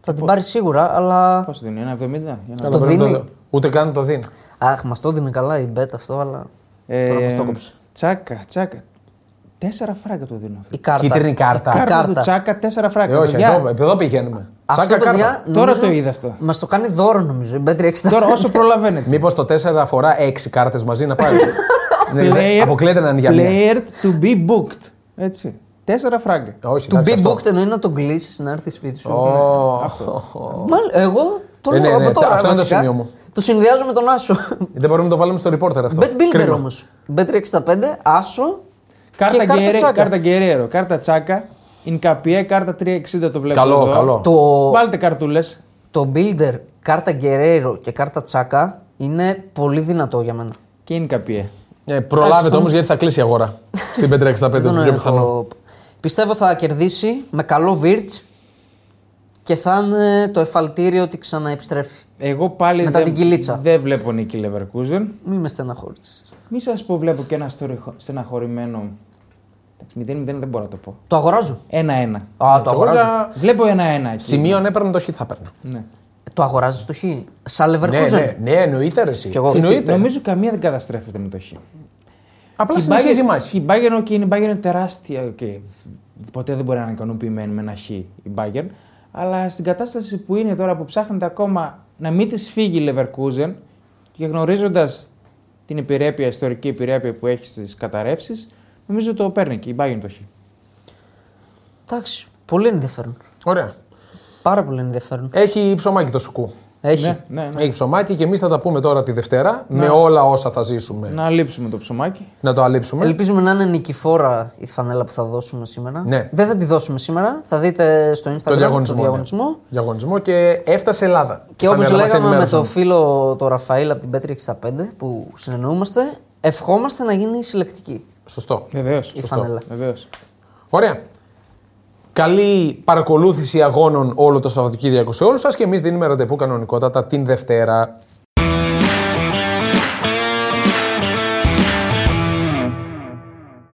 Θα την πάρει σίγουρα, αλλά. Πόσο δίνει, ένα 70. Ένα... Καλά, πρέπει να δίνει. δω. Ούτε καν το δίνει. Αχ, μας το έδινε καλά η μπέτα αυτό, αλλά. Τώρα μας το έκοψε. Ε, Τσάκα, τσάκα. Τέσσερα φράγκα το δίνω. Η κάρτα. Κίτρινη κάρτα. Η Κάρτα του κάρτα. τσάκα, τέσσερα φράγκα. Ε, όχι, παιδιά. εδώ, εδώ πηγαίνουμε. Αυτό, Τσάκα παιδιά, κάρτα. Τώρα το είδα αυτό. Μας το κάνει δώρο νομίζω. Η Μπέτρι 60. Τώρα όσο προλαβαίνετε. Μήπως το 4 φορά 6 κάρτες μαζί να πάρει. Ναι, Player- ναι, Αποκλείεται να είναι για μία. Player to be booked. Έτσι. Τέσσερα φράγκα. Όχι, Του εντάξει, be αυτό. booked εννοεί να τον κλείσει να έρθει σπίτι σου. Ω, Μάλλον, εγώ το Ε, λέω ναι, από ναι, τώρα. αυτό είναι το βασικά. σημείο μου. Το συνδυάζω με τον Άσο. Δεν μπορούμε να το βάλουμε στο reporter αυτό. Bet builder Κρίμα. όμως. Bet 65, Άσο. Κάρτα, και κάρτα Γκερέ- τσάκα. κάρτα Γκερέρο, κάρτα τσάκα. In Capie, κάρτα 360 το βλέπω. Καλό, εδώ. καλό. Το, Βάλτε καρτούλες. το builder κάρτα Γκερέρο και κάρτα Τσάκα είναι πολύ δυνατό για μένα. Και In Capie. Ε, προλάβετε τον- όμω γιατί θα κλείσει η αγορά. Στην 565 το Δεν τον πιο πιθανό. έχω. Πιστεύω θα κερδίσει με καλό βίρτ και θα είναι το εφαλτήριο ότι ξαναεπιστρέφει. Εγώ πάλι Μετά την κυλίτσα. δεν δεν βλέπω νίκη Leverkusen. Μη με στεναχώρησες. Μη σας πω, βλέπω και ένα στοριχο- στεναχωρημένο. Εντάξει, 0-0 δεν μπορώ να το πω. Το αγοράζω. 1-1. Α, το αγοράζω. Ε, Τώρα, Βλέπω 1-1 εκεί. Σημείο αν έπαιρνε το χ θα έπαιρνε. Ναι. Το αγοράζω στο χ. Σαν Ναι, Leverkusen. ναι, ναι, εννοείται ρε, εσύ. Κι εγώ. Εννοείται. Νομίζω καμία δεν καταστρέφεται με το χ. Απλά Και η συνεχίζει η Bayern- μάχη. Η Bayern, okay, είναι- η Bayern είναι τεράστια. Okay. Ποτέ δεν μπορεί να είναι ικανοποιημένη με ένα χ η Bayern. Αλλά στην κατάσταση που είναι τώρα που ψάχνεται ακόμα να μην της φύγει η Leverkusen και γνωρίζοντας την επιρρέπεια, ιστορική επιρρέπεια που έχει στις καταρρεύσεις, νομίζω το παίρνει και η Bayern το χ. Εντάξει. Πολύ ενδιαφέρον. Ωραία. Πάρα πολύ ενδιαφέρον. Έχει ψωμάκι το σουκού. Έχει. Ναι, ναι, ναι. Έχει ψωμάκι και εμείς θα τα πούμε τώρα τη Δευτέρα Ναι. με όλα όσα θα ζήσουμε. Να λείψουμε το ψωμάκι. Να το αλείψουμε. Ελπίζουμε να είναι νικηφόρα η φανέλα που θα δώσουμε σήμερα. Ναι. Δεν θα τη δώσουμε σήμερα. Θα δείτε στο Instagram Το διαγωνισμό. το διαγωνισμό. ναι. Διαγωνισμό και έφτασε Ελλάδα. Και όπως Φανέλα, μας λέγαμε με ενημέρωσαν. το φίλο το Ραφαήλ από την Πέτρη 65 που συνεννοούμαστε, ευχόμαστε να γίνει συλλεκτική Σωστό. Βεβαίως. η φανέλα. Βεβαίως. Ωραία. Καλή παρακολούθηση αγώνων όλο το Σαββατοκύριακο σε όλους σας και εμείς δίνουμε ραντεβού κανονικότατα την Δευτέρα.